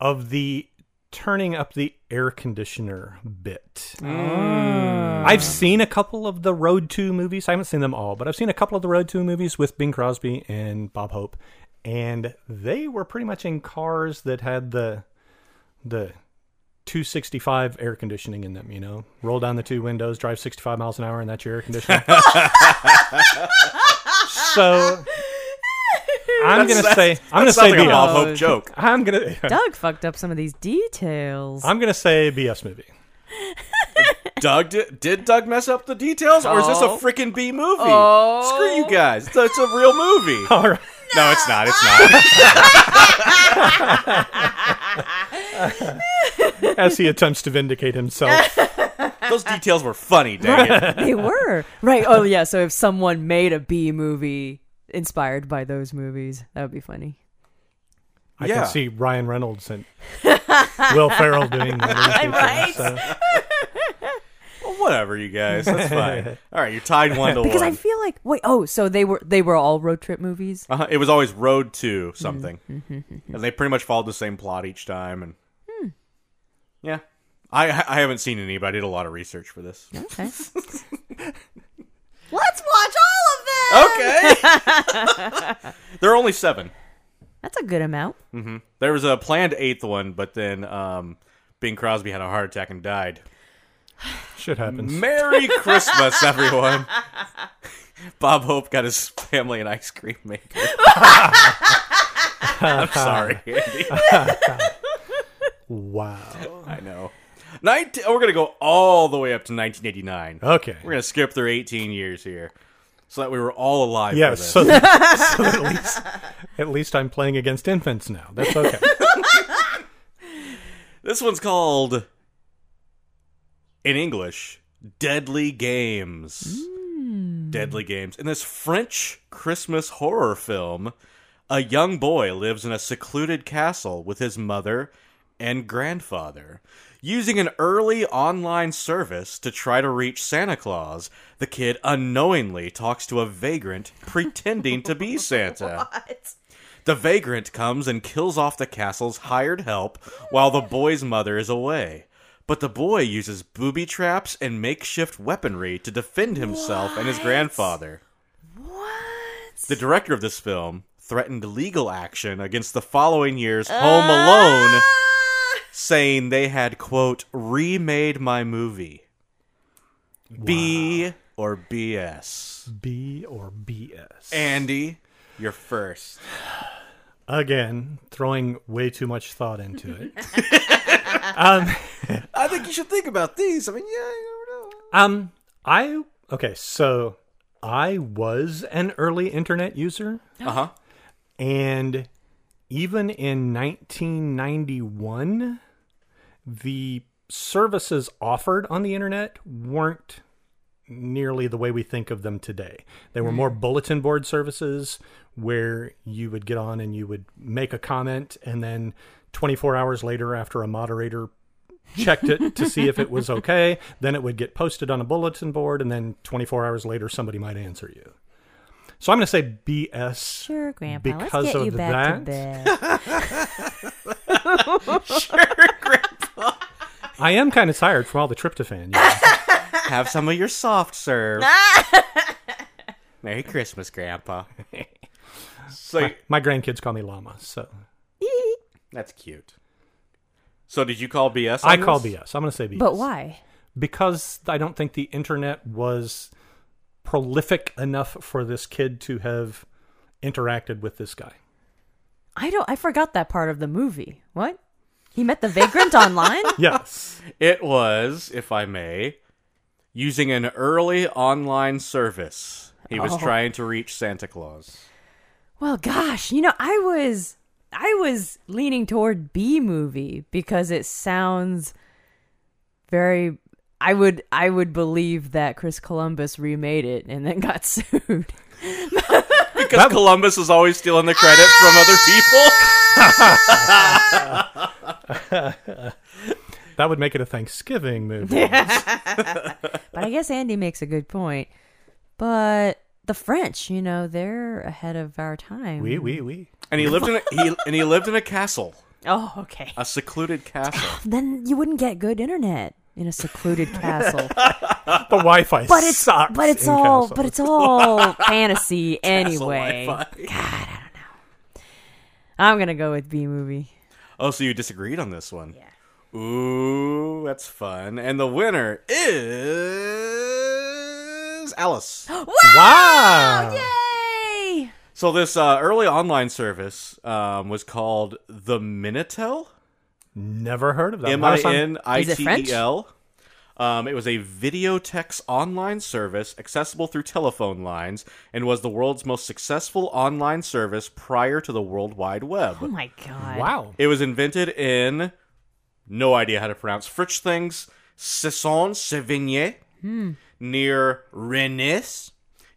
[SPEAKER 3] of the turning up the air conditioner bit.
[SPEAKER 2] Mm.
[SPEAKER 3] I've seen a couple of the Road to movies. I haven't seen them all, but I've seen a couple of the Road to movies with Bing Crosby and Bob Hope. And they were pretty much in cars that had the the 265 air conditioning in them, you know? Roll down the two windows, drive 65 miles an hour, and that's your air conditioning. so I'm going to say, I'm
[SPEAKER 1] That
[SPEAKER 3] going to say uh,
[SPEAKER 1] sounds like a Bob
[SPEAKER 3] BS.
[SPEAKER 1] Hope joke.
[SPEAKER 3] I'm going to,
[SPEAKER 2] Doug fucked up some of these details.
[SPEAKER 3] I'm going to say BS movie.
[SPEAKER 1] Doug did, did Doug mess up the details, or is this a
[SPEAKER 2] Oh.
[SPEAKER 1] freaking B movie?
[SPEAKER 2] Oh.
[SPEAKER 1] Screw you guys! It's a, it's a real movie.
[SPEAKER 3] All right.
[SPEAKER 1] No, it's not. It's not.
[SPEAKER 3] As he attempts to vindicate himself.
[SPEAKER 1] Those details were funny. Dang it!
[SPEAKER 2] they were right. Oh yeah. So if someone made a B movie inspired by those movies, that would be funny.
[SPEAKER 3] I
[SPEAKER 1] Yeah.
[SPEAKER 3] can see Ryan Reynolds and Will Ferrell doing that. in the
[SPEAKER 2] Right?
[SPEAKER 3] future, so-
[SPEAKER 1] Well, whatever, you guys. That's fine. All right, you're tied one to
[SPEAKER 2] Because I
[SPEAKER 1] one.
[SPEAKER 2] feel like wait. Oh, so they were they were all road trip movies.
[SPEAKER 1] uh It was always Road to something,
[SPEAKER 2] Mm-hmm,
[SPEAKER 1] and they pretty much followed the same plot each time. And
[SPEAKER 2] Hmm.
[SPEAKER 1] yeah, I I haven't seen any, but I did a lot of research for this.
[SPEAKER 2] Okay. Let's watch all
[SPEAKER 1] Oh.
[SPEAKER 2] of them.
[SPEAKER 1] Okay, there are only seven.
[SPEAKER 2] That's a good amount.
[SPEAKER 1] There was a planned eighth one, but then um, Bing Crosby had a heart attack and died.
[SPEAKER 3] Shit
[SPEAKER 1] Mm-hmm.
[SPEAKER 3] happens.
[SPEAKER 1] Merry Christmas, everyone. Bob Hope got his family an ice cream maker. I'm sorry, Andy.
[SPEAKER 3] Wow.
[SPEAKER 1] I know. 19, we're going to go all the way up to 1989.
[SPEAKER 3] Okay.
[SPEAKER 1] We're going to skip through 18 years here so that we were all alive
[SPEAKER 3] Yeah,
[SPEAKER 1] for this.
[SPEAKER 3] so, so at least at least I'm playing against infants now. That's okay.
[SPEAKER 1] This one's called, in English, Deadly Games. Deadly Games. In this French Christmas horror film, a young boy lives in a secluded castle with his mother and grandfather. Using an early online service to try to reach Santa Claus, the kid unknowingly talks to a vagrant pretending to be Santa.
[SPEAKER 2] What?
[SPEAKER 1] The vagrant comes and kills off the castle's hired help while the boy's mother is away. But the boy uses booby traps and makeshift weaponry to defend himself and his grandfather.
[SPEAKER 2] What?
[SPEAKER 1] The director of this film threatened legal action against the following year's Home Alone, saying they had, quote, remade my movie. B or BS.
[SPEAKER 3] B or BS.
[SPEAKER 1] Andy, you're first.
[SPEAKER 3] Again, throwing way too much thought into Um, it.
[SPEAKER 1] I think you should think about these. I mean, yeah, you never know.
[SPEAKER 3] Um, I okay, so I was an early internet user,
[SPEAKER 1] Uh huh.
[SPEAKER 3] and even in 1991, the services offered on the internet weren't nearly the way we think of them today. They were more bulletin board services where you would get on and you would make a comment, and then 24 hours later, after a moderator checked it to see if it was okay, then it would get posted on a bulletin board, and then 24 hours later, somebody might answer you. So I'm going to say BS.
[SPEAKER 2] Sure, Grandpa.
[SPEAKER 3] Because
[SPEAKER 2] let's get
[SPEAKER 3] of
[SPEAKER 2] you back
[SPEAKER 3] that-
[SPEAKER 2] to bed.
[SPEAKER 3] I am kind of tired from all the tryptophan. you know.
[SPEAKER 1] Have some of your soft serve. Merry Christmas, Grandpa. so
[SPEAKER 3] My grandkids call me Llama, so
[SPEAKER 1] that's cute. So did you call BS? on
[SPEAKER 3] I call
[SPEAKER 1] this?
[SPEAKER 3] BS. I'm going to say BS.
[SPEAKER 2] but why?
[SPEAKER 3] Because I don't think the internet was prolific enough for this kid to have interacted with this guy.
[SPEAKER 2] I don't. I forgot that part of the movie. What? He met the vagrant online.
[SPEAKER 3] Yes.
[SPEAKER 1] It was, if I may, using an early online service. He was
[SPEAKER 2] Oh.
[SPEAKER 1] trying to reach Santa Claus.
[SPEAKER 2] Well, gosh, you know, I was I was leaning toward B movie because it sounds very I would I would believe that Chris Columbus remade it and then got sued.
[SPEAKER 1] Because Columbus is always stealing the credit from other people.
[SPEAKER 3] that would make it a Thanksgiving movie.
[SPEAKER 2] But I guess Andy makes a good point. But the French, you know, they're ahead of our time.
[SPEAKER 3] We, we, we.
[SPEAKER 1] And he lived in a, he and he lived in a castle,
[SPEAKER 2] oh, okay.
[SPEAKER 1] a secluded castle.
[SPEAKER 2] Then you wouldn't get good internet in a secluded castle.
[SPEAKER 3] The Wi Fi
[SPEAKER 2] But it's
[SPEAKER 3] sucks.
[SPEAKER 2] but it's
[SPEAKER 3] in
[SPEAKER 2] all
[SPEAKER 3] Castle.
[SPEAKER 2] but it's all fantasy anyway. I'm gonna go with B movie.
[SPEAKER 1] Oh, so you disagreed on this one? Yeah. Ooh, that's fun. And the winner is Alice. Uh,
[SPEAKER 3] Wow.
[SPEAKER 2] Oh, Yay!
[SPEAKER 1] so this uh, early online service um, was called the Minitel.
[SPEAKER 3] Never heard of that.
[SPEAKER 1] M
[SPEAKER 3] That
[SPEAKER 1] I
[SPEAKER 3] was on-
[SPEAKER 1] N I
[SPEAKER 2] it
[SPEAKER 1] T
[SPEAKER 2] French?
[SPEAKER 1] E L. Um, it was a videotex online service accessible through telephone lines and was the world's most successful online service prior to the World Wide Web.
[SPEAKER 2] Oh my god!
[SPEAKER 3] Wow.
[SPEAKER 1] It was invented in no idea how to pronounce French things, Cesson Sevigné, near Rennes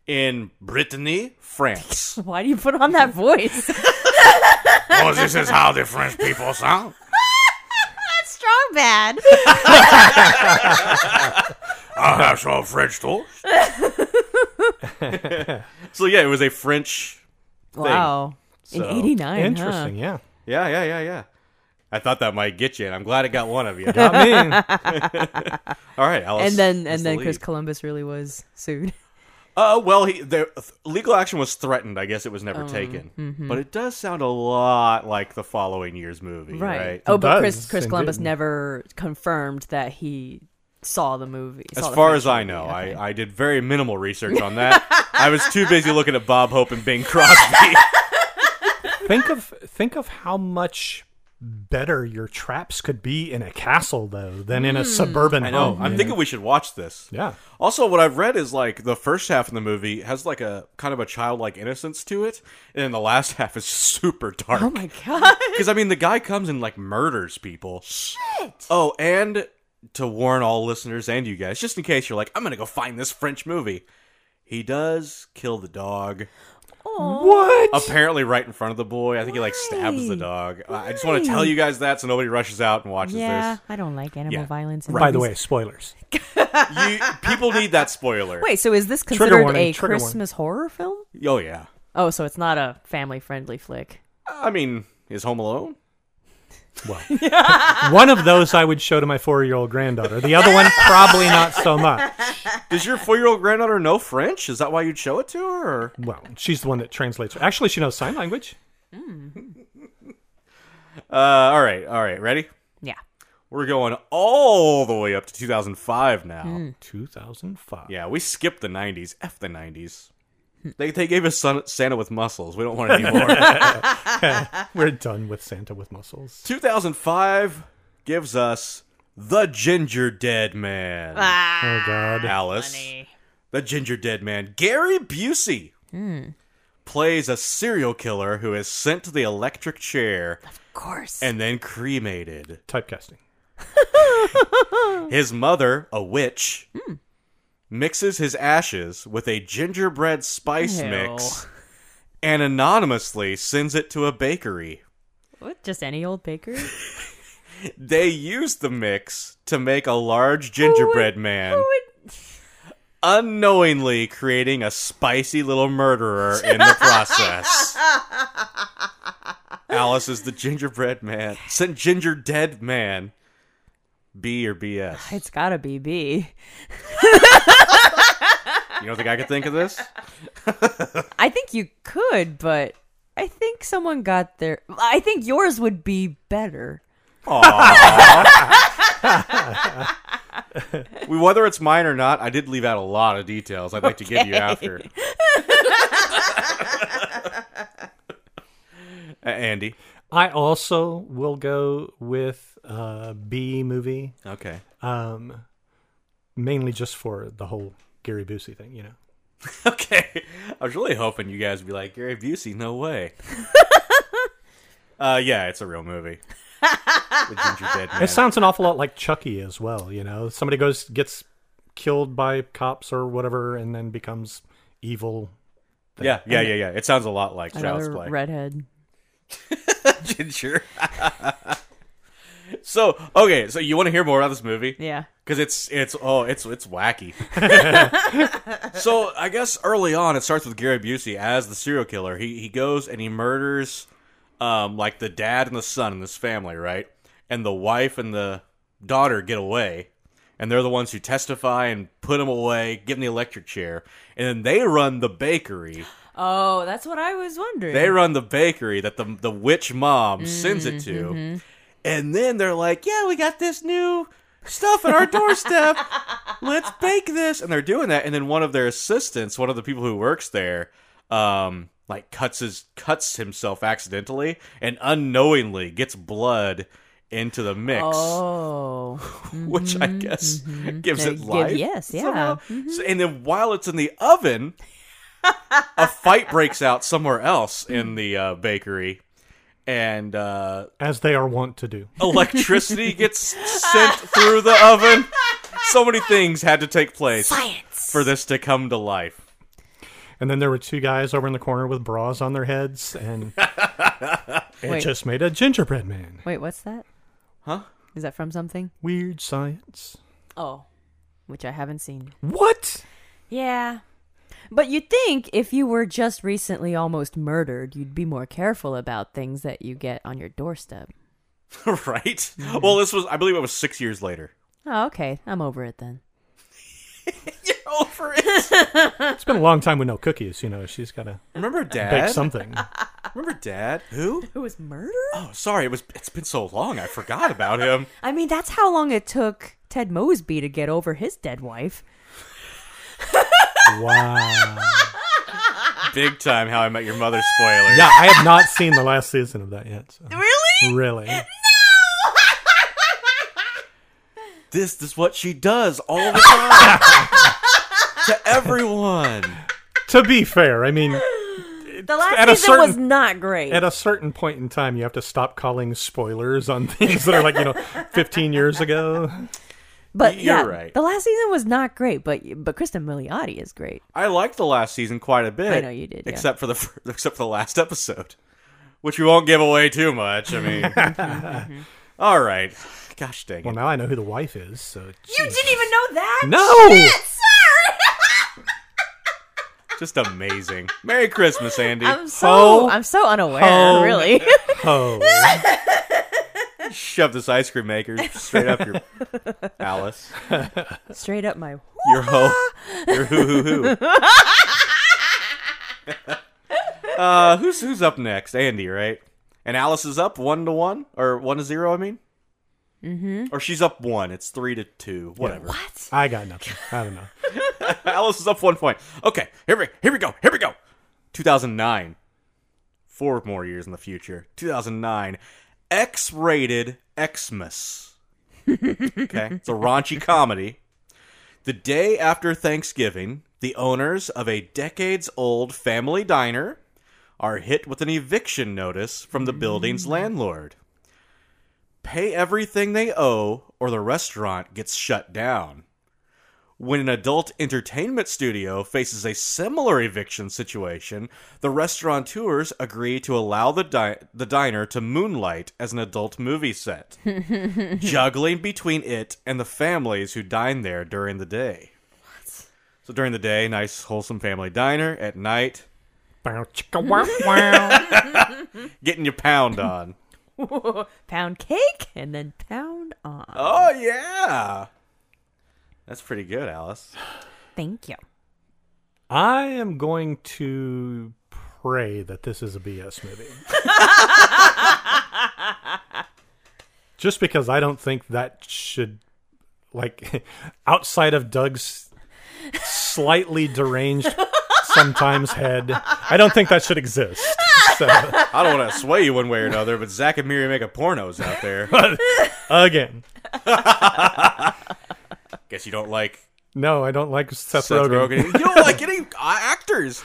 [SPEAKER 1] in Brittany, France.
[SPEAKER 2] Why do you put on that voice?
[SPEAKER 1] oh, this is how the French people sound.
[SPEAKER 2] That's strong bad.
[SPEAKER 1] I have some French toast. so yeah, it was a French.
[SPEAKER 2] Wow.
[SPEAKER 1] So,
[SPEAKER 2] In '89.
[SPEAKER 3] Interesting. Yeah.
[SPEAKER 1] Yeah, yeah, yeah, yeah. I thought that might get you, and I'm glad it got one of you. All
[SPEAKER 3] I mean,
[SPEAKER 1] right, Alice.
[SPEAKER 2] And then
[SPEAKER 1] is
[SPEAKER 2] and
[SPEAKER 1] the
[SPEAKER 2] then Chris
[SPEAKER 1] lead.
[SPEAKER 2] Columbus really was sued.
[SPEAKER 1] Uh, well, he, there, th- legal action was threatened. I guess it was never
[SPEAKER 2] Oh,
[SPEAKER 1] taken.
[SPEAKER 2] mm-hmm.
[SPEAKER 1] But it does sound a lot like the following year's movie, right?
[SPEAKER 2] Oh, but
[SPEAKER 3] Does
[SPEAKER 2] Chris Chris
[SPEAKER 3] and
[SPEAKER 2] Columbus
[SPEAKER 3] didn't.
[SPEAKER 2] never confirmed that he saw the movie.
[SPEAKER 1] As
[SPEAKER 2] saw the
[SPEAKER 1] far
[SPEAKER 2] French
[SPEAKER 1] as I
[SPEAKER 2] movie.
[SPEAKER 1] know,
[SPEAKER 2] Okay.
[SPEAKER 1] I, I did very minimal research on that. I was too busy looking at Bob Hope and Bing Crosby.
[SPEAKER 3] think of think of how much better your traps could be in a castle though than in a suburban
[SPEAKER 1] I know.
[SPEAKER 2] Oh,
[SPEAKER 3] home.
[SPEAKER 1] I'm
[SPEAKER 3] you
[SPEAKER 1] thinking we should watch this.
[SPEAKER 3] Yeah.
[SPEAKER 1] Also, what I've read is like the first half of the movie has like a kind of a childlike innocence to it, and then the last half is super dark.
[SPEAKER 2] Oh my god.
[SPEAKER 1] Because I mean, the guy comes and like murders people. Oh, and to warn all listeners and you guys, just in case you're like, I'm gonna go find this French movie. He does kill the dog.
[SPEAKER 3] What?
[SPEAKER 1] Apparently, right in front of the boy. I think he like stabs the dog. I I just want to tell you guys that so nobody rushes out and watches
[SPEAKER 2] Yeah,
[SPEAKER 1] this.
[SPEAKER 2] I don't like animal
[SPEAKER 1] Yeah.
[SPEAKER 2] violence. in
[SPEAKER 3] By the
[SPEAKER 2] movies.
[SPEAKER 3] way, spoilers.
[SPEAKER 1] You people need that spoiler.
[SPEAKER 2] wait. So is this
[SPEAKER 3] Trigger
[SPEAKER 2] considered
[SPEAKER 3] warning,
[SPEAKER 2] a
[SPEAKER 3] trigger warning.
[SPEAKER 2] Christmas horror film?
[SPEAKER 1] Oh yeah.
[SPEAKER 2] Oh, so it's not a family-friendly flick.
[SPEAKER 1] I mean, is Home Alone?
[SPEAKER 3] Well, one of those I would show to my four-year-old granddaughter. The other one, probably not so much.
[SPEAKER 1] Does your four-year-old granddaughter know French? Is that why you'd show it to her? Or?
[SPEAKER 3] Well, she's the one that translates. Actually, she knows sign language.
[SPEAKER 1] Uh, all right, all right, ready?
[SPEAKER 2] Yeah.
[SPEAKER 1] We're going all the way up to 2005 now.
[SPEAKER 3] 2005.
[SPEAKER 1] Yeah, we skipped the 90s. F the 90s. They, they gave us Son- Santa with muscles. We don't want any more.
[SPEAKER 3] We're done with Santa with muscles.
[SPEAKER 1] 2005 gives us The Ginger Dead Man.
[SPEAKER 3] Oh God.
[SPEAKER 1] Alice. The Ginger Dead Man. Gary Busey plays a serial killer who is sent to the electric chair
[SPEAKER 2] Of course.
[SPEAKER 1] and then cremated.
[SPEAKER 3] Typecasting.
[SPEAKER 1] His mother, a witch, mixes his ashes with a gingerbread spice
[SPEAKER 2] Ew.
[SPEAKER 1] mix and anonymously sends it to a bakery.
[SPEAKER 2] what? Just any old bakery?
[SPEAKER 1] They use the mix to make a large gingerbread man, unknowingly creating a spicy little murderer in the process. Alice is the gingerbread man, sent ginger dead man. B or BS?
[SPEAKER 2] it's gotta be B.
[SPEAKER 1] You don't think I could think of this?
[SPEAKER 2] I think you could, but I think someone got their. I think yours would be better.
[SPEAKER 1] We- Whether it's mine or not, I did leave out a lot of details I'd like to give you after. Uh, Andy.
[SPEAKER 3] I also will go with uh, B movie,
[SPEAKER 1] Okay.
[SPEAKER 3] um, mainly just for the whole Gary Busey thing. You know,
[SPEAKER 1] Okay. I was really hoping you guys would be like, Gary Busey, no way. uh, yeah, it's a real movie. The Ginger Dead Man.
[SPEAKER 3] it sounds an awful lot like Chucky as well. You know, somebody goes gets killed by cops or whatever, and then becomes evil.
[SPEAKER 1] yeah, yeah, yeah, yeah. It sounds a lot like Child's
[SPEAKER 2] Another
[SPEAKER 1] Play.
[SPEAKER 2] redhead.
[SPEAKER 1] Ginger. so, okay, so you want to hear more about this movie?
[SPEAKER 2] Yeah.
[SPEAKER 1] because it's it's oh it's it's wacky. so I guess early on it starts with Gary Busey as the serial killer. He he goes and he murders um like the dad and the son in this family, right? And the wife and the daughter get away, and they're the ones who testify and put him away, give him the electric chair, and then they run the bakery.
[SPEAKER 2] Oh, that's what I was wondering.
[SPEAKER 1] They run the bakery that the the witch mom sends it to,
[SPEAKER 2] Mm-hmm,
[SPEAKER 1] and then they're like, "Yeah, we got this new stuff at our doorstep. Let's bake this." And they're doing that, and then one of their assistants, one of the people who works there, um, like cuts his cuts himself accidentally and unknowingly gets blood into the mix
[SPEAKER 2] oh.
[SPEAKER 1] which I guess gives
[SPEAKER 2] Mm-hmm. They
[SPEAKER 1] it
[SPEAKER 2] give-
[SPEAKER 1] life.
[SPEAKER 2] yes, yeah. Mm-hmm.
[SPEAKER 1] somehow. So- and then while it's in the oven, a fight breaks out somewhere else in the uh, bakery, and uh,
[SPEAKER 3] As they are wont to do.
[SPEAKER 1] electricity gets sent through the oven. So many things had to take place
[SPEAKER 2] Science.
[SPEAKER 1] for this to come to life.
[SPEAKER 3] And then there were two guys over in the corner with bras on their heads, and it
[SPEAKER 2] Wait.
[SPEAKER 3] just made a gingerbread man.
[SPEAKER 2] Wait, what's that?
[SPEAKER 1] Huh?
[SPEAKER 2] Is that from something?
[SPEAKER 3] Weird science.
[SPEAKER 2] Oh. Which I haven't seen.
[SPEAKER 3] What?
[SPEAKER 2] Yeah. But you'd think if you were just recently almost murdered, you'd be more careful about things that you get on your doorstep.
[SPEAKER 1] right?
[SPEAKER 2] Mm-hmm.
[SPEAKER 1] Well, this was, I believe it was six years later.
[SPEAKER 2] Oh, okay. I'm over it then.
[SPEAKER 1] You're over it.
[SPEAKER 3] It's been a long time with no cookies. You know, she's got to
[SPEAKER 1] Remember dad?
[SPEAKER 3] bake something.
[SPEAKER 1] Remember dad? Who?
[SPEAKER 2] It was murder?
[SPEAKER 1] Oh, sorry. It was, it's been so long. I forgot about him.
[SPEAKER 2] I mean, that's how long it took Ted Mosby to get over his dead wife.
[SPEAKER 3] Wow.
[SPEAKER 1] Big time How I Met Your Mother spoiler.
[SPEAKER 3] Yeah, I have not seen the last season of that yet. so.
[SPEAKER 2] Really?
[SPEAKER 3] Really?
[SPEAKER 1] This is what she does all the time to everyone.
[SPEAKER 3] to be fair, I mean,
[SPEAKER 4] The last
[SPEAKER 3] At a
[SPEAKER 4] season was
[SPEAKER 3] certain-
[SPEAKER 4] not great.
[SPEAKER 3] at a certain point in time, you have to stop calling spoilers on things that are like, you know, 15 years ago.
[SPEAKER 2] But
[SPEAKER 1] You're
[SPEAKER 2] yeah,
[SPEAKER 1] right.
[SPEAKER 2] the last season was not great, but but Kristen Milioti is great.
[SPEAKER 1] I liked the last season quite a bit.
[SPEAKER 2] I know you did, yeah.
[SPEAKER 1] except for the fir- except for the last episode, which we won't give away too much. I mean,
[SPEAKER 2] Mm-hmm.
[SPEAKER 1] all right. Gosh dang it!
[SPEAKER 3] Well, now I know who the wife is, so.
[SPEAKER 4] you didn't even know that?
[SPEAKER 3] No!
[SPEAKER 1] Just amazing. Merry Christmas, Andy.
[SPEAKER 2] I'm so
[SPEAKER 3] Ho,
[SPEAKER 2] I'm so unaware,
[SPEAKER 3] ho.
[SPEAKER 2] really.
[SPEAKER 3] Oh.
[SPEAKER 1] Shove this ice cream maker straight up your Alice.
[SPEAKER 2] Straight up my
[SPEAKER 1] Your ho, your hoo hoo hoo. uh, who's who's up next? Andy, right? And Alice is up one to one or one to zero. I mean, mm-hmm. or she's up one. It's three to two. Whatever.
[SPEAKER 3] I got nothing. I don't know.
[SPEAKER 1] Alice is up one point. Okay, here we here we go. Here we go. 2009. Four more years in the future. 2009. X-rated Xmas. okay, it's a raunchy comedy. The day after Thanksgiving, the owners of a decades-old family diner are hit with an eviction notice from the building's landlord. Pay everything they owe, or the restaurant gets shut down when an adult entertainment studio faces a similar eviction situation, the restaurateurs agree to allow the, di- the diner to moonlight as an adult movie set, juggling between it and the families who dine there during the day. So during the day, nice, wholesome family diner. At night,
[SPEAKER 3] Bow, chicka, wow, wow.
[SPEAKER 1] getting your pound on.
[SPEAKER 2] pound cake and then pound on.
[SPEAKER 1] oh, yeah. That's pretty good, Alice.
[SPEAKER 2] Thank you.
[SPEAKER 3] I am going to pray that this is a BS movie. Just because I don't think that should, like, outside of Doug's slightly deranged sometimes head, I don't think that should exist. So,
[SPEAKER 1] I don't want to sway you one way or another, but Zach and Miri make a pornos out there.
[SPEAKER 3] again,
[SPEAKER 1] Guess you don't like
[SPEAKER 3] no, I don't like Seth,
[SPEAKER 1] Seth
[SPEAKER 3] Rogen.
[SPEAKER 1] Rogen. You don't like any uh, actors.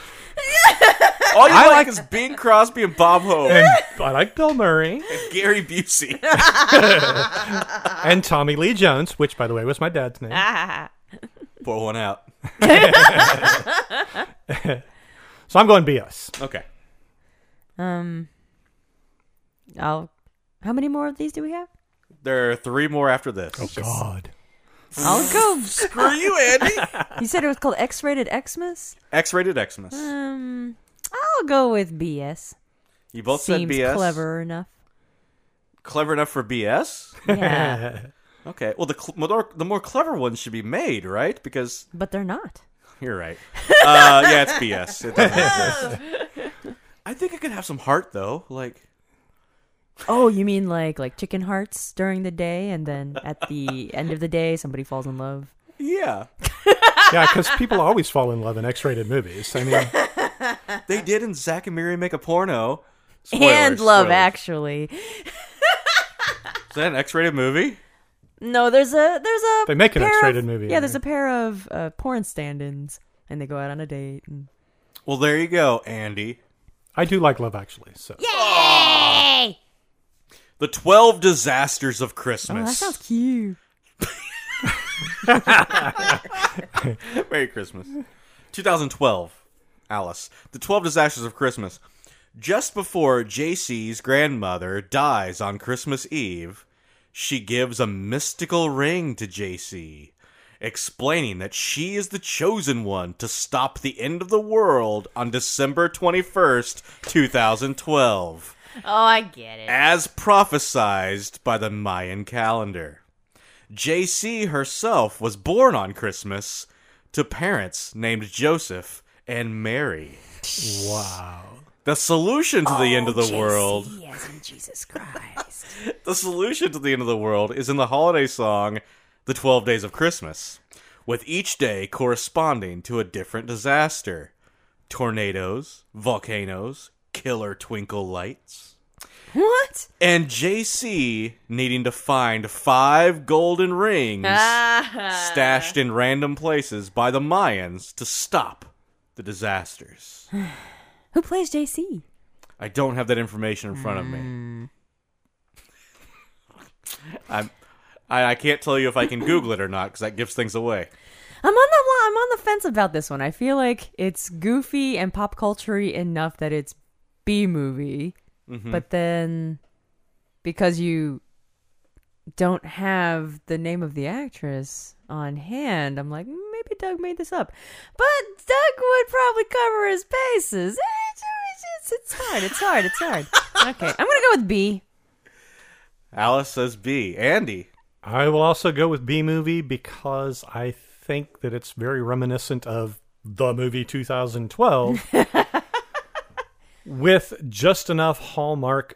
[SPEAKER 1] All you
[SPEAKER 3] I
[SPEAKER 1] like
[SPEAKER 3] like-
[SPEAKER 1] is Bing Crosby and Bob Hope and
[SPEAKER 3] And I like Bill Murray
[SPEAKER 1] Gary Busey.
[SPEAKER 3] and Tommy Lee Jones, which, by the way, was my dad's name.
[SPEAKER 1] Pour one out.
[SPEAKER 3] So I'm going BS.
[SPEAKER 1] Okay.
[SPEAKER 2] Um I'll how many more of these do we have?
[SPEAKER 1] There are three more after this.
[SPEAKER 3] God.
[SPEAKER 2] I'll go.
[SPEAKER 1] Screw you, Andy.
[SPEAKER 2] You said it was called X-rated Xmas?
[SPEAKER 1] X-rated Xmas.
[SPEAKER 2] Um I'll go with BS.
[SPEAKER 1] You both said
[SPEAKER 2] Seems
[SPEAKER 1] BS.
[SPEAKER 2] clever enough.
[SPEAKER 1] Clever enough for BS.
[SPEAKER 2] Yeah.
[SPEAKER 1] Okay. Well, the cl- more, the more clever ones should be made, right? Because
[SPEAKER 2] but they're not.
[SPEAKER 1] you're right. Uh, yeah, it's BS. It doesn't exist. I think it could have some heart, though. Like,
[SPEAKER 2] Oh, you mean like like chicken hearts during the day and then at the end of the day somebody falls in love?
[SPEAKER 1] yeah,
[SPEAKER 3] yeah, because people always fall in love in X-rated movies. I mean,
[SPEAKER 1] they did in Zach and Miri make a porno.
[SPEAKER 2] and
[SPEAKER 1] Spoilers,
[SPEAKER 2] love
[SPEAKER 1] spoilers.
[SPEAKER 2] actually.
[SPEAKER 1] Is that an X-rated movie?
[SPEAKER 2] No, there's a there's a
[SPEAKER 3] They make an
[SPEAKER 2] pair of-
[SPEAKER 3] X-rated movie,
[SPEAKER 2] Yeah, there's
[SPEAKER 3] right?
[SPEAKER 2] a pair of uh, porn stand-ins and they go out on a date and
[SPEAKER 1] Well, there you go, Andy.
[SPEAKER 3] I do like Love Actually. So
[SPEAKER 1] The Twelve Disasters of
[SPEAKER 2] Oh, that
[SPEAKER 1] Christmas.
[SPEAKER 2] sounds cute.
[SPEAKER 1] Merry Christmas. 2012. Alice. The Twelve Disasters of Christmas. Just before JC's grandmother dies on Christmas Eve, she gives a mystical ring to JC, explaining that she is the chosen one to stop the end of the world on December 21st, 2012.
[SPEAKER 4] Oh, I get it.
[SPEAKER 1] as prophesized by the Mayan calendar. JC herself was born on Christmas to parents named Joseph and Mary.
[SPEAKER 3] wow,
[SPEAKER 1] The solution to the end
[SPEAKER 2] Oh,
[SPEAKER 1] of the world,
[SPEAKER 2] Yes, in Jesus Christ.
[SPEAKER 1] the solution to the end of the world is in the holiday song The 12 Days of Christmas, with each day corresponding to a different disaster. Tornadoes, volcanoes, killer twinkle lights.
[SPEAKER 2] What?
[SPEAKER 1] and JC needing to find five golden rings stashed in random places by the Mayans to stop the disasters.
[SPEAKER 2] Who plays JC?
[SPEAKER 1] I don't have that information in front of me. I'm, I, I can't tell you if I can Google it or not because that gives things away.
[SPEAKER 2] I'm on the I'm on the fence about this one. I feel like it's goofy and pop culture enough that it's B movie, but then because you don't have the name of the actress on hand, I'm like "Mm, maybe Doug made this up, but Doug would probably cover his bases. Eh, It's, it's, it's hard. It's hard. It's hard. okay, I'm gonna go with B.
[SPEAKER 1] Alice says B. Andy.
[SPEAKER 3] I will also go with B movie because I think that it's very reminiscent of the movie 2012 with just enough Hallmark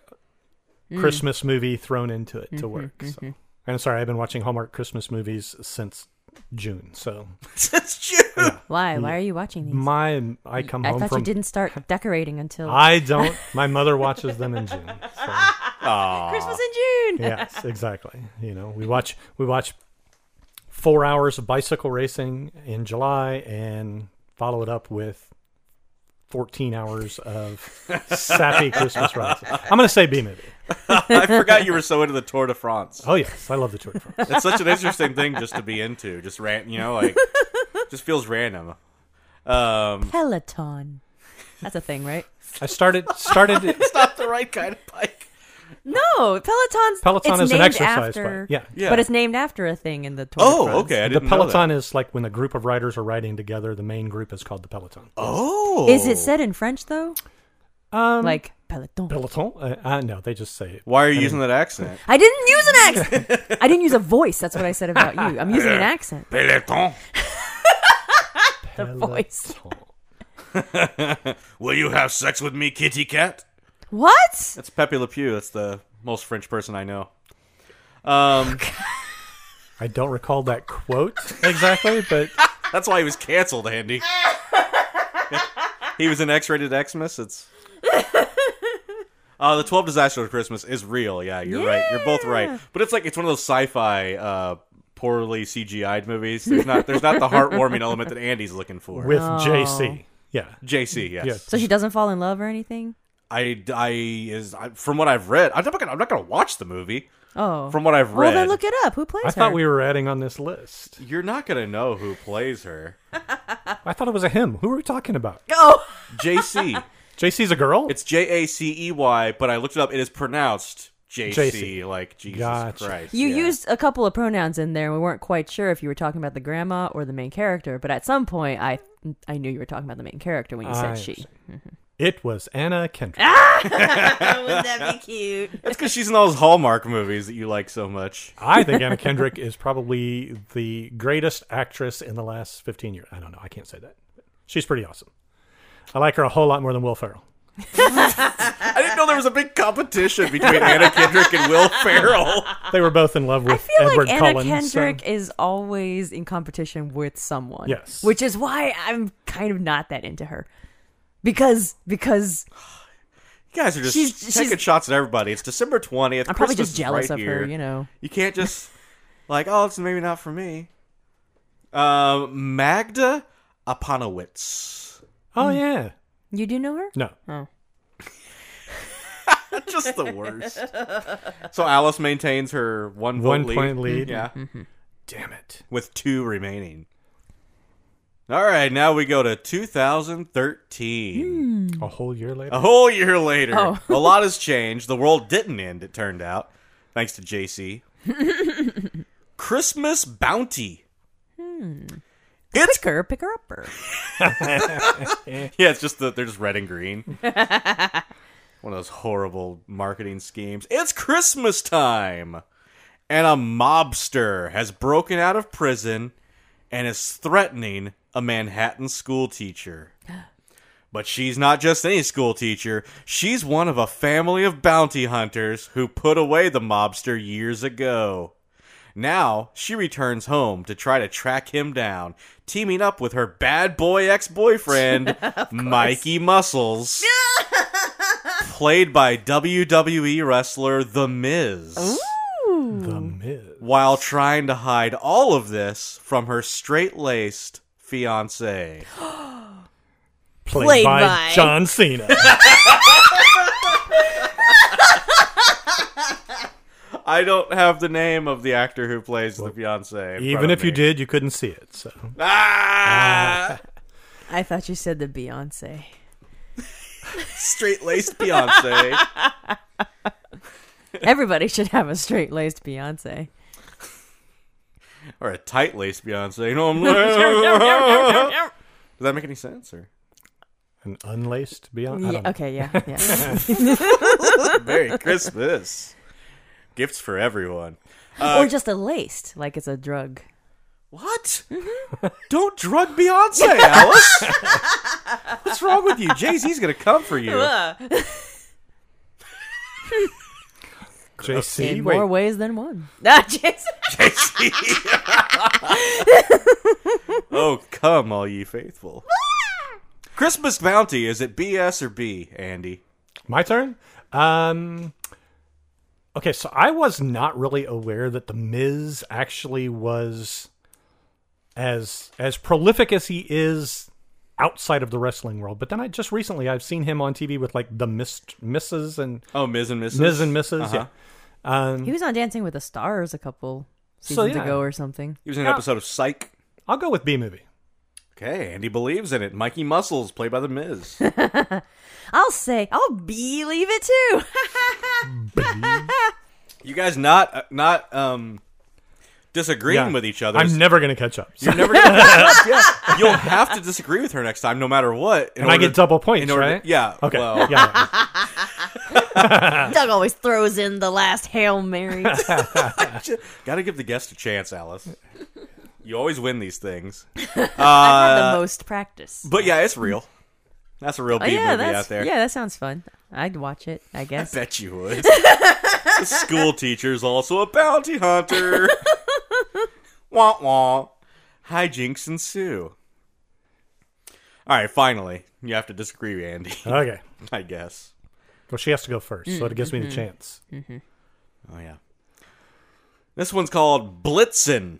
[SPEAKER 2] Mm.
[SPEAKER 3] Christmas movie thrown into it
[SPEAKER 2] Mm-hmm,
[SPEAKER 3] to work. So. And sorry, I've been watching Hallmark Christmas movies since June. So
[SPEAKER 1] It's June.
[SPEAKER 2] Why? Why are you watching these?
[SPEAKER 3] my I come
[SPEAKER 2] I
[SPEAKER 3] home
[SPEAKER 2] thought
[SPEAKER 3] from
[SPEAKER 2] you didn't start decorating until
[SPEAKER 3] I don't my mother watches them in June. So
[SPEAKER 2] Christmas in June.
[SPEAKER 3] yes, exactly. You know, we watch we watch four hours of bicycle racing in July and follow it up with fourteen hours of sappy Christmas rides. I'm gonna say B movie.
[SPEAKER 1] I forgot you were so into the Tour de France.
[SPEAKER 3] Oh yes, I love the Tour de France.
[SPEAKER 1] It's such an interesting thing just to be into. Just rant, you know, like just feels random. Um,
[SPEAKER 2] Peloton. That's a thing, right?
[SPEAKER 3] I started started
[SPEAKER 1] it's not the right kind of bike.
[SPEAKER 2] No, Peloton's
[SPEAKER 3] Peloton
[SPEAKER 2] it's
[SPEAKER 3] is an
[SPEAKER 2] named
[SPEAKER 3] exercise
[SPEAKER 2] after,
[SPEAKER 3] bike. Yeah.
[SPEAKER 1] Yeah.
[SPEAKER 2] but it's named after a thing in the Tour. de
[SPEAKER 1] Oh,
[SPEAKER 2] France.
[SPEAKER 1] okay. I
[SPEAKER 3] the
[SPEAKER 1] didn't know that.
[SPEAKER 3] Peloton is like when a group of riders are riding together, the main group is called the Peloton.
[SPEAKER 1] Oh,
[SPEAKER 2] Is it said in French though?
[SPEAKER 3] Um
[SPEAKER 2] Like Peloton.
[SPEAKER 3] Peloton? Uh, uh, no, they just say it.
[SPEAKER 1] Why are you using that accent?
[SPEAKER 2] I didn't use an accent. I didn't use a voice. That's what I said about you. I'm using an accent.
[SPEAKER 1] Peloton,
[SPEAKER 2] The voice.
[SPEAKER 3] Peloton.
[SPEAKER 1] will you have sex with me, kitty cat?
[SPEAKER 2] What?
[SPEAKER 1] That's Pepe Le Pew. That's the most French person I know. Um,
[SPEAKER 3] I don't recall that quote exactly, but
[SPEAKER 1] that's why he was canceled, Andy. he was an X-rated Xmas. It's uh, the Twelve Disasters of Christmas is real. Yeah, you're right. You're both right. But it's like it's one of those sci-fi, uh, poorly CGI'd movies. There's not there's not the heartwarming element that Andy's looking for.
[SPEAKER 3] with
[SPEAKER 1] Oh.
[SPEAKER 3] JC. Yeah.
[SPEAKER 1] JC, yes.
[SPEAKER 3] Yes.
[SPEAKER 2] So she doesn't fall in love or anything?
[SPEAKER 1] I, I is I, from what I've read. I'm not gonna I'm not gonna watch the movie.
[SPEAKER 2] Oh.
[SPEAKER 1] From what I've
[SPEAKER 2] Well, then
[SPEAKER 1] read.
[SPEAKER 2] look it up. Who plays
[SPEAKER 3] I thought
[SPEAKER 2] her?
[SPEAKER 3] we were adding on this list.
[SPEAKER 1] You're not gonna know who plays her.
[SPEAKER 3] I thought it was a him. Who are we talking about?
[SPEAKER 2] Oh.
[SPEAKER 1] JC.
[SPEAKER 3] JC's a girl?
[SPEAKER 1] It's J A C E Y, but I looked it up. It is pronounced JC,
[SPEAKER 3] JC.
[SPEAKER 1] like Jesus
[SPEAKER 3] Gotcha.
[SPEAKER 1] Christ.
[SPEAKER 2] You
[SPEAKER 1] yeah.
[SPEAKER 2] used a couple of pronouns in there, and we weren't quite sure if you were talking about the grandma or the main character. But at some point, I I knew you were talking about the main character when you
[SPEAKER 3] I
[SPEAKER 2] said she.
[SPEAKER 3] see. It was Anna Kendrick.
[SPEAKER 4] Wouldn't that be cute?
[SPEAKER 1] That's because she's in all those Hallmark movies that you like so much.
[SPEAKER 3] I think Anna Kendrick is probably the greatest actress in the last 15 years. I don't know. I can't say that. She's pretty awesome. I like her a whole lot more than Will Ferrell.
[SPEAKER 2] Uh,
[SPEAKER 1] I didn't know there was a big competition between Anna Kendrick and Will Ferrell.
[SPEAKER 3] They were both in love with
[SPEAKER 2] I feel
[SPEAKER 3] Edward
[SPEAKER 2] like Anna
[SPEAKER 3] Cullen. so-
[SPEAKER 2] Kendrick is always in competition with someone.
[SPEAKER 3] Yes.
[SPEAKER 2] which is why I'm kind of not that into her, because because
[SPEAKER 1] You guys are just
[SPEAKER 2] She's-
[SPEAKER 1] taking
[SPEAKER 2] she's-
[SPEAKER 1] shots at everybody. It's December 20th.
[SPEAKER 2] I'm probably
[SPEAKER 1] Christmas
[SPEAKER 2] just
[SPEAKER 1] is
[SPEAKER 2] jealous
[SPEAKER 1] right
[SPEAKER 2] of
[SPEAKER 1] here.
[SPEAKER 2] her. You know,
[SPEAKER 1] You can't just like, oh, it's maybe not for me. Um, Magda Aponowitz.
[SPEAKER 3] Oh, yeah.
[SPEAKER 2] you do know her.
[SPEAKER 3] No.
[SPEAKER 1] Just the worst. so Alice maintains her one vote
[SPEAKER 3] One
[SPEAKER 1] lead. Mm-hmm.
[SPEAKER 3] point lead.
[SPEAKER 1] Yeah,
[SPEAKER 3] Damn it.
[SPEAKER 1] with two remaining. All right, now we go to 2013.
[SPEAKER 3] A whole year later.
[SPEAKER 1] A whole year later,
[SPEAKER 2] Oh.
[SPEAKER 1] a lot has changed. The world didn't end. It turned out, thanks to JC. Christmas bounty. It's
[SPEAKER 2] Picker, picker upper.
[SPEAKER 1] Yeah, it's just that they're just red and green. One of those horrible marketing schemes. It's Christmas time, and a mobster has broken out of prison and is threatening a Manhattan school teacher. But she's not just any school teacher. She's one of a family of bounty hunters who put away the mobster years ago. Now she returns home to try to track him down, teaming up with her bad boy ex boyfriend, Mikey Muscles. played by WWE wrestler The Miz.
[SPEAKER 3] The Miz.
[SPEAKER 1] while trying to hide all of this from her straight laced fiance.
[SPEAKER 3] Played,
[SPEAKER 4] Played
[SPEAKER 3] by,
[SPEAKER 4] by-
[SPEAKER 3] John Cena.
[SPEAKER 1] I don't have the name of the actor who plays the fiance. in
[SPEAKER 3] Even
[SPEAKER 1] front of
[SPEAKER 3] if you
[SPEAKER 1] me.
[SPEAKER 3] did, you couldn't see it. So
[SPEAKER 1] Ah!
[SPEAKER 2] I thought you said the Beyonce.
[SPEAKER 1] Straight laced fiance.
[SPEAKER 2] Everybody should have a straight laced Beyonce.
[SPEAKER 1] or a tight laced fiance. You know what I'm saying? Does that make any sense? Or?
[SPEAKER 3] an unlaced Beyonce. I
[SPEAKER 2] Yeah,
[SPEAKER 3] don't know.
[SPEAKER 2] okay, yeah, yeah.
[SPEAKER 1] Merry Christmas. Gifts for everyone.
[SPEAKER 4] Uh,
[SPEAKER 2] or just a laced, like it's a drug.
[SPEAKER 1] What? Mm-hmm. Don't drug Beyonce, Alice. What's wrong with you? Jay Z's gonna come for you.
[SPEAKER 3] JC,
[SPEAKER 2] In
[SPEAKER 3] wait.
[SPEAKER 2] more ways than one.
[SPEAKER 4] Not just
[SPEAKER 1] Oh, come, all ye faithful. Ah! Christmas bounty, is it BS or B, Andy?
[SPEAKER 3] My turn. Um, okay, so I was not really aware that the Miz actually was as as prolific as he is outside of the wrestling world. But then I just recently I've seen him on TV with like the Mist, Misses and
[SPEAKER 1] Oh, Ms. and Mrs.
[SPEAKER 3] Miz and Misses.
[SPEAKER 1] Uh-huh.
[SPEAKER 3] Yeah.
[SPEAKER 2] He was on Dancing with the Stars a couple
[SPEAKER 3] So,
[SPEAKER 2] seasons
[SPEAKER 3] yeah.
[SPEAKER 2] ago or something.
[SPEAKER 1] He was in an episode of Psych.
[SPEAKER 3] I'll go with B movie.
[SPEAKER 1] Okay, Andy believes in it. Mikey Muscles, played by the Miz.
[SPEAKER 2] I'll say, I'll believe it too.
[SPEAKER 1] you guys not uh, not um disagreeing
[SPEAKER 3] Yeah.
[SPEAKER 1] with each other.
[SPEAKER 3] I'm never gonna catch up. So-
[SPEAKER 1] You're never gonna yeah. You'll have to disagree with her next time, no matter what. in
[SPEAKER 3] and I
[SPEAKER 1] order-
[SPEAKER 3] get double points,
[SPEAKER 1] in order-
[SPEAKER 3] right?
[SPEAKER 1] Yeah.
[SPEAKER 3] Okay.
[SPEAKER 1] Well,
[SPEAKER 3] Yeah, yeah.
[SPEAKER 4] Doug always throws in the last hail mary.
[SPEAKER 1] Gotta give the guest a chance, Alice. You always win these things. Uh,
[SPEAKER 2] Had the most practice.
[SPEAKER 1] But yeah, it's real. That's a real B
[SPEAKER 2] Oh, yeah,
[SPEAKER 1] movie
[SPEAKER 2] that's,
[SPEAKER 1] out there.
[SPEAKER 2] yeah, that sounds fun. I'd watch it, I guess.
[SPEAKER 1] Bet you would. the school teacher's also a bounty hunter. wah wah. Hijinks ensue. All right, finally, you have to disagree, Andy.
[SPEAKER 3] Okay.
[SPEAKER 1] I guess.
[SPEAKER 3] Well, she has to go first, so it gives
[SPEAKER 1] Mm-hmm.
[SPEAKER 3] me the chance.
[SPEAKER 1] Oh yeah. This one's called Blitzen.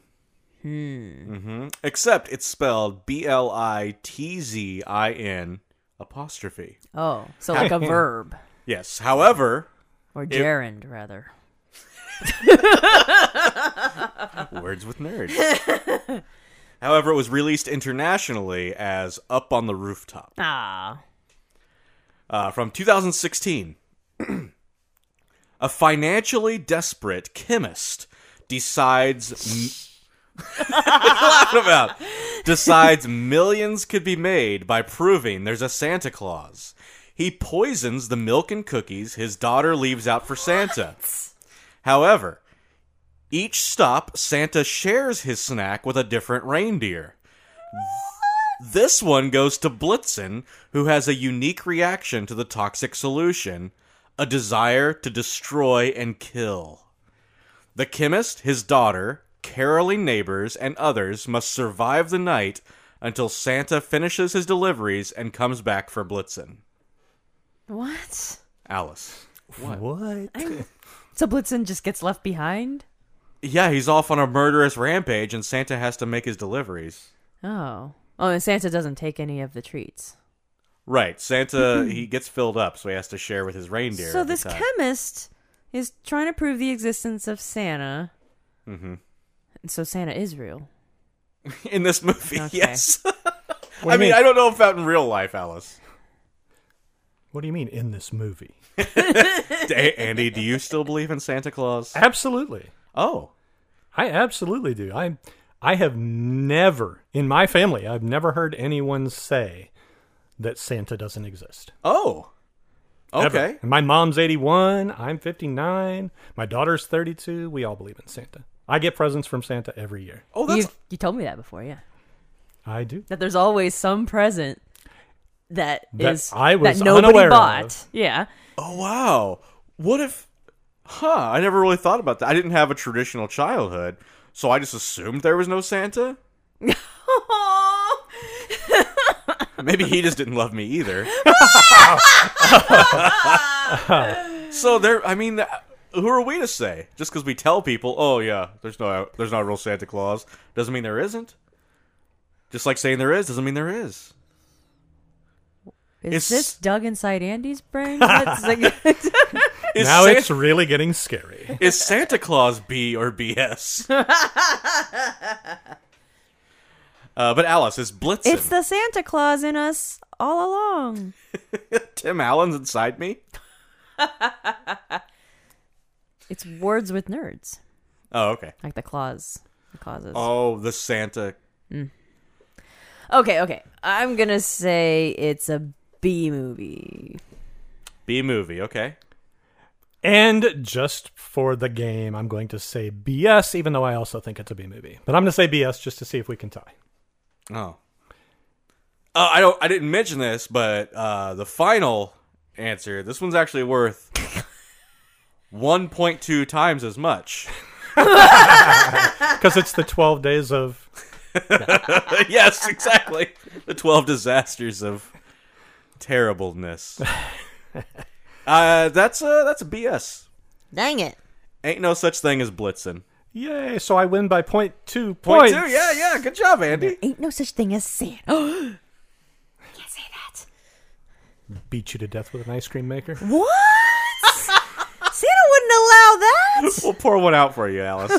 [SPEAKER 1] hmm Except it's spelled B L I T Z I N apostrophe.
[SPEAKER 2] Oh, so like a verb
[SPEAKER 1] Yes. However,
[SPEAKER 2] or gerund, rather.
[SPEAKER 1] Words with nerds. However, it was released internationally as Up on the Rooftop
[SPEAKER 2] Ah,
[SPEAKER 1] uh, from 2016. a financially desperate chemist decides. What you laughing about decides millions could be made by proving there's a Santa Claus. He poisons the milk and cookies his daughter leaves out for Santa. However, each stop, Santa shares his snack with a different reindeer. This one goes to Blitzen, who has a unique reaction to the toxic solution a desire to destroy and kill. The chemist, his daughter, caroling neighbors, and others must survive the night until Santa finishes his deliveries and comes back for Blitzen.
[SPEAKER 2] what?
[SPEAKER 1] Alice.
[SPEAKER 3] What?
[SPEAKER 2] So Blitzen just gets left behind?
[SPEAKER 1] Yeah, he's off on a murderous rampage, and Santa has to make his deliveries.
[SPEAKER 2] Oh. Oh, and Santa doesn't take any of the treats.
[SPEAKER 1] Right. Santa he gets filled up, so he has to share with his reindeer.
[SPEAKER 2] So
[SPEAKER 1] at the
[SPEAKER 2] this
[SPEAKER 1] time.
[SPEAKER 2] chemist is trying to prove the existence of Santa. Mm-hmm. And so Santa is real.
[SPEAKER 1] in this movie,
[SPEAKER 2] Okay.
[SPEAKER 1] yes.
[SPEAKER 3] What do
[SPEAKER 1] I
[SPEAKER 3] you
[SPEAKER 1] mean, I don't know about in real life, Alice.
[SPEAKER 3] What do you mean in this movie?
[SPEAKER 1] D- Andy, do you still believe in Santa Claus?
[SPEAKER 3] Absolutely.
[SPEAKER 1] Oh,
[SPEAKER 3] I absolutely do. I I have never in my family I've never heard anyone say that Santa doesn't exist.
[SPEAKER 1] oh,
[SPEAKER 3] Ever.
[SPEAKER 1] okay.
[SPEAKER 3] And my mom's 81, I'm 59, my daughter's 32. We all believe in Santa. I get presents from Santa every year.
[SPEAKER 1] Oh, that's
[SPEAKER 2] you you told me that before, yeah.
[SPEAKER 3] I do.
[SPEAKER 2] That there's always some present that
[SPEAKER 3] That
[SPEAKER 2] is
[SPEAKER 3] I was
[SPEAKER 2] that nobody
[SPEAKER 3] unaware
[SPEAKER 2] bought.
[SPEAKER 3] of.
[SPEAKER 2] Yeah.
[SPEAKER 1] oh wow. What if? Huh? I never really thought about that. I didn't have a traditional childhood, so I just assumed there was no Santa. Maybe he just didn't love me either. so there. I mean, who are we to say? Just because we tell people, oh yeah, there's no, there's not a real Santa Claus, doesn't mean there isn't. Just like saying there is doesn't mean there is. It's-
[SPEAKER 2] Is this dug inside Andy's brain? What's the-
[SPEAKER 1] Is
[SPEAKER 3] now
[SPEAKER 1] Santa,
[SPEAKER 3] it's really getting scary.
[SPEAKER 1] is Santa Claus B or BS? uh, but Alice, it's Blitzen.
[SPEAKER 2] it's the Santa Claus in us all along.
[SPEAKER 1] Tim Allen's inside me.
[SPEAKER 2] It's words with nerds,
[SPEAKER 1] Oh, okay.
[SPEAKER 2] like the claws, the clauses.
[SPEAKER 1] Oh, the Santa.
[SPEAKER 2] Okay, okay. I'm gonna say it's a B movie.
[SPEAKER 1] B movie, okay.
[SPEAKER 3] And just for the game, I'm going to say BS, even though I also think it's a B movie. But I'm going to say BS just to see if we can tie.
[SPEAKER 1] Oh. Uh, I don't. I didn't mention this, but uh, the final answer. This one's actually worth 1.2 times as much.
[SPEAKER 3] Because it's the 12 days of.
[SPEAKER 1] yes, exactly. The 12 disasters of terribleness. Uh, that's a that's a BS.
[SPEAKER 4] Dang it.
[SPEAKER 1] Ain't no such thing as blitzing.
[SPEAKER 3] Yay, so I win by point two
[SPEAKER 1] Point
[SPEAKER 3] points.
[SPEAKER 1] two. Yeah, yeah. Good job, Andy.
[SPEAKER 2] Ain't no such thing as Santa.
[SPEAKER 3] Beat you to death with an ice cream maker.
[SPEAKER 2] What? Santa wouldn't allow that.
[SPEAKER 1] We'll pour one out for you, Alice.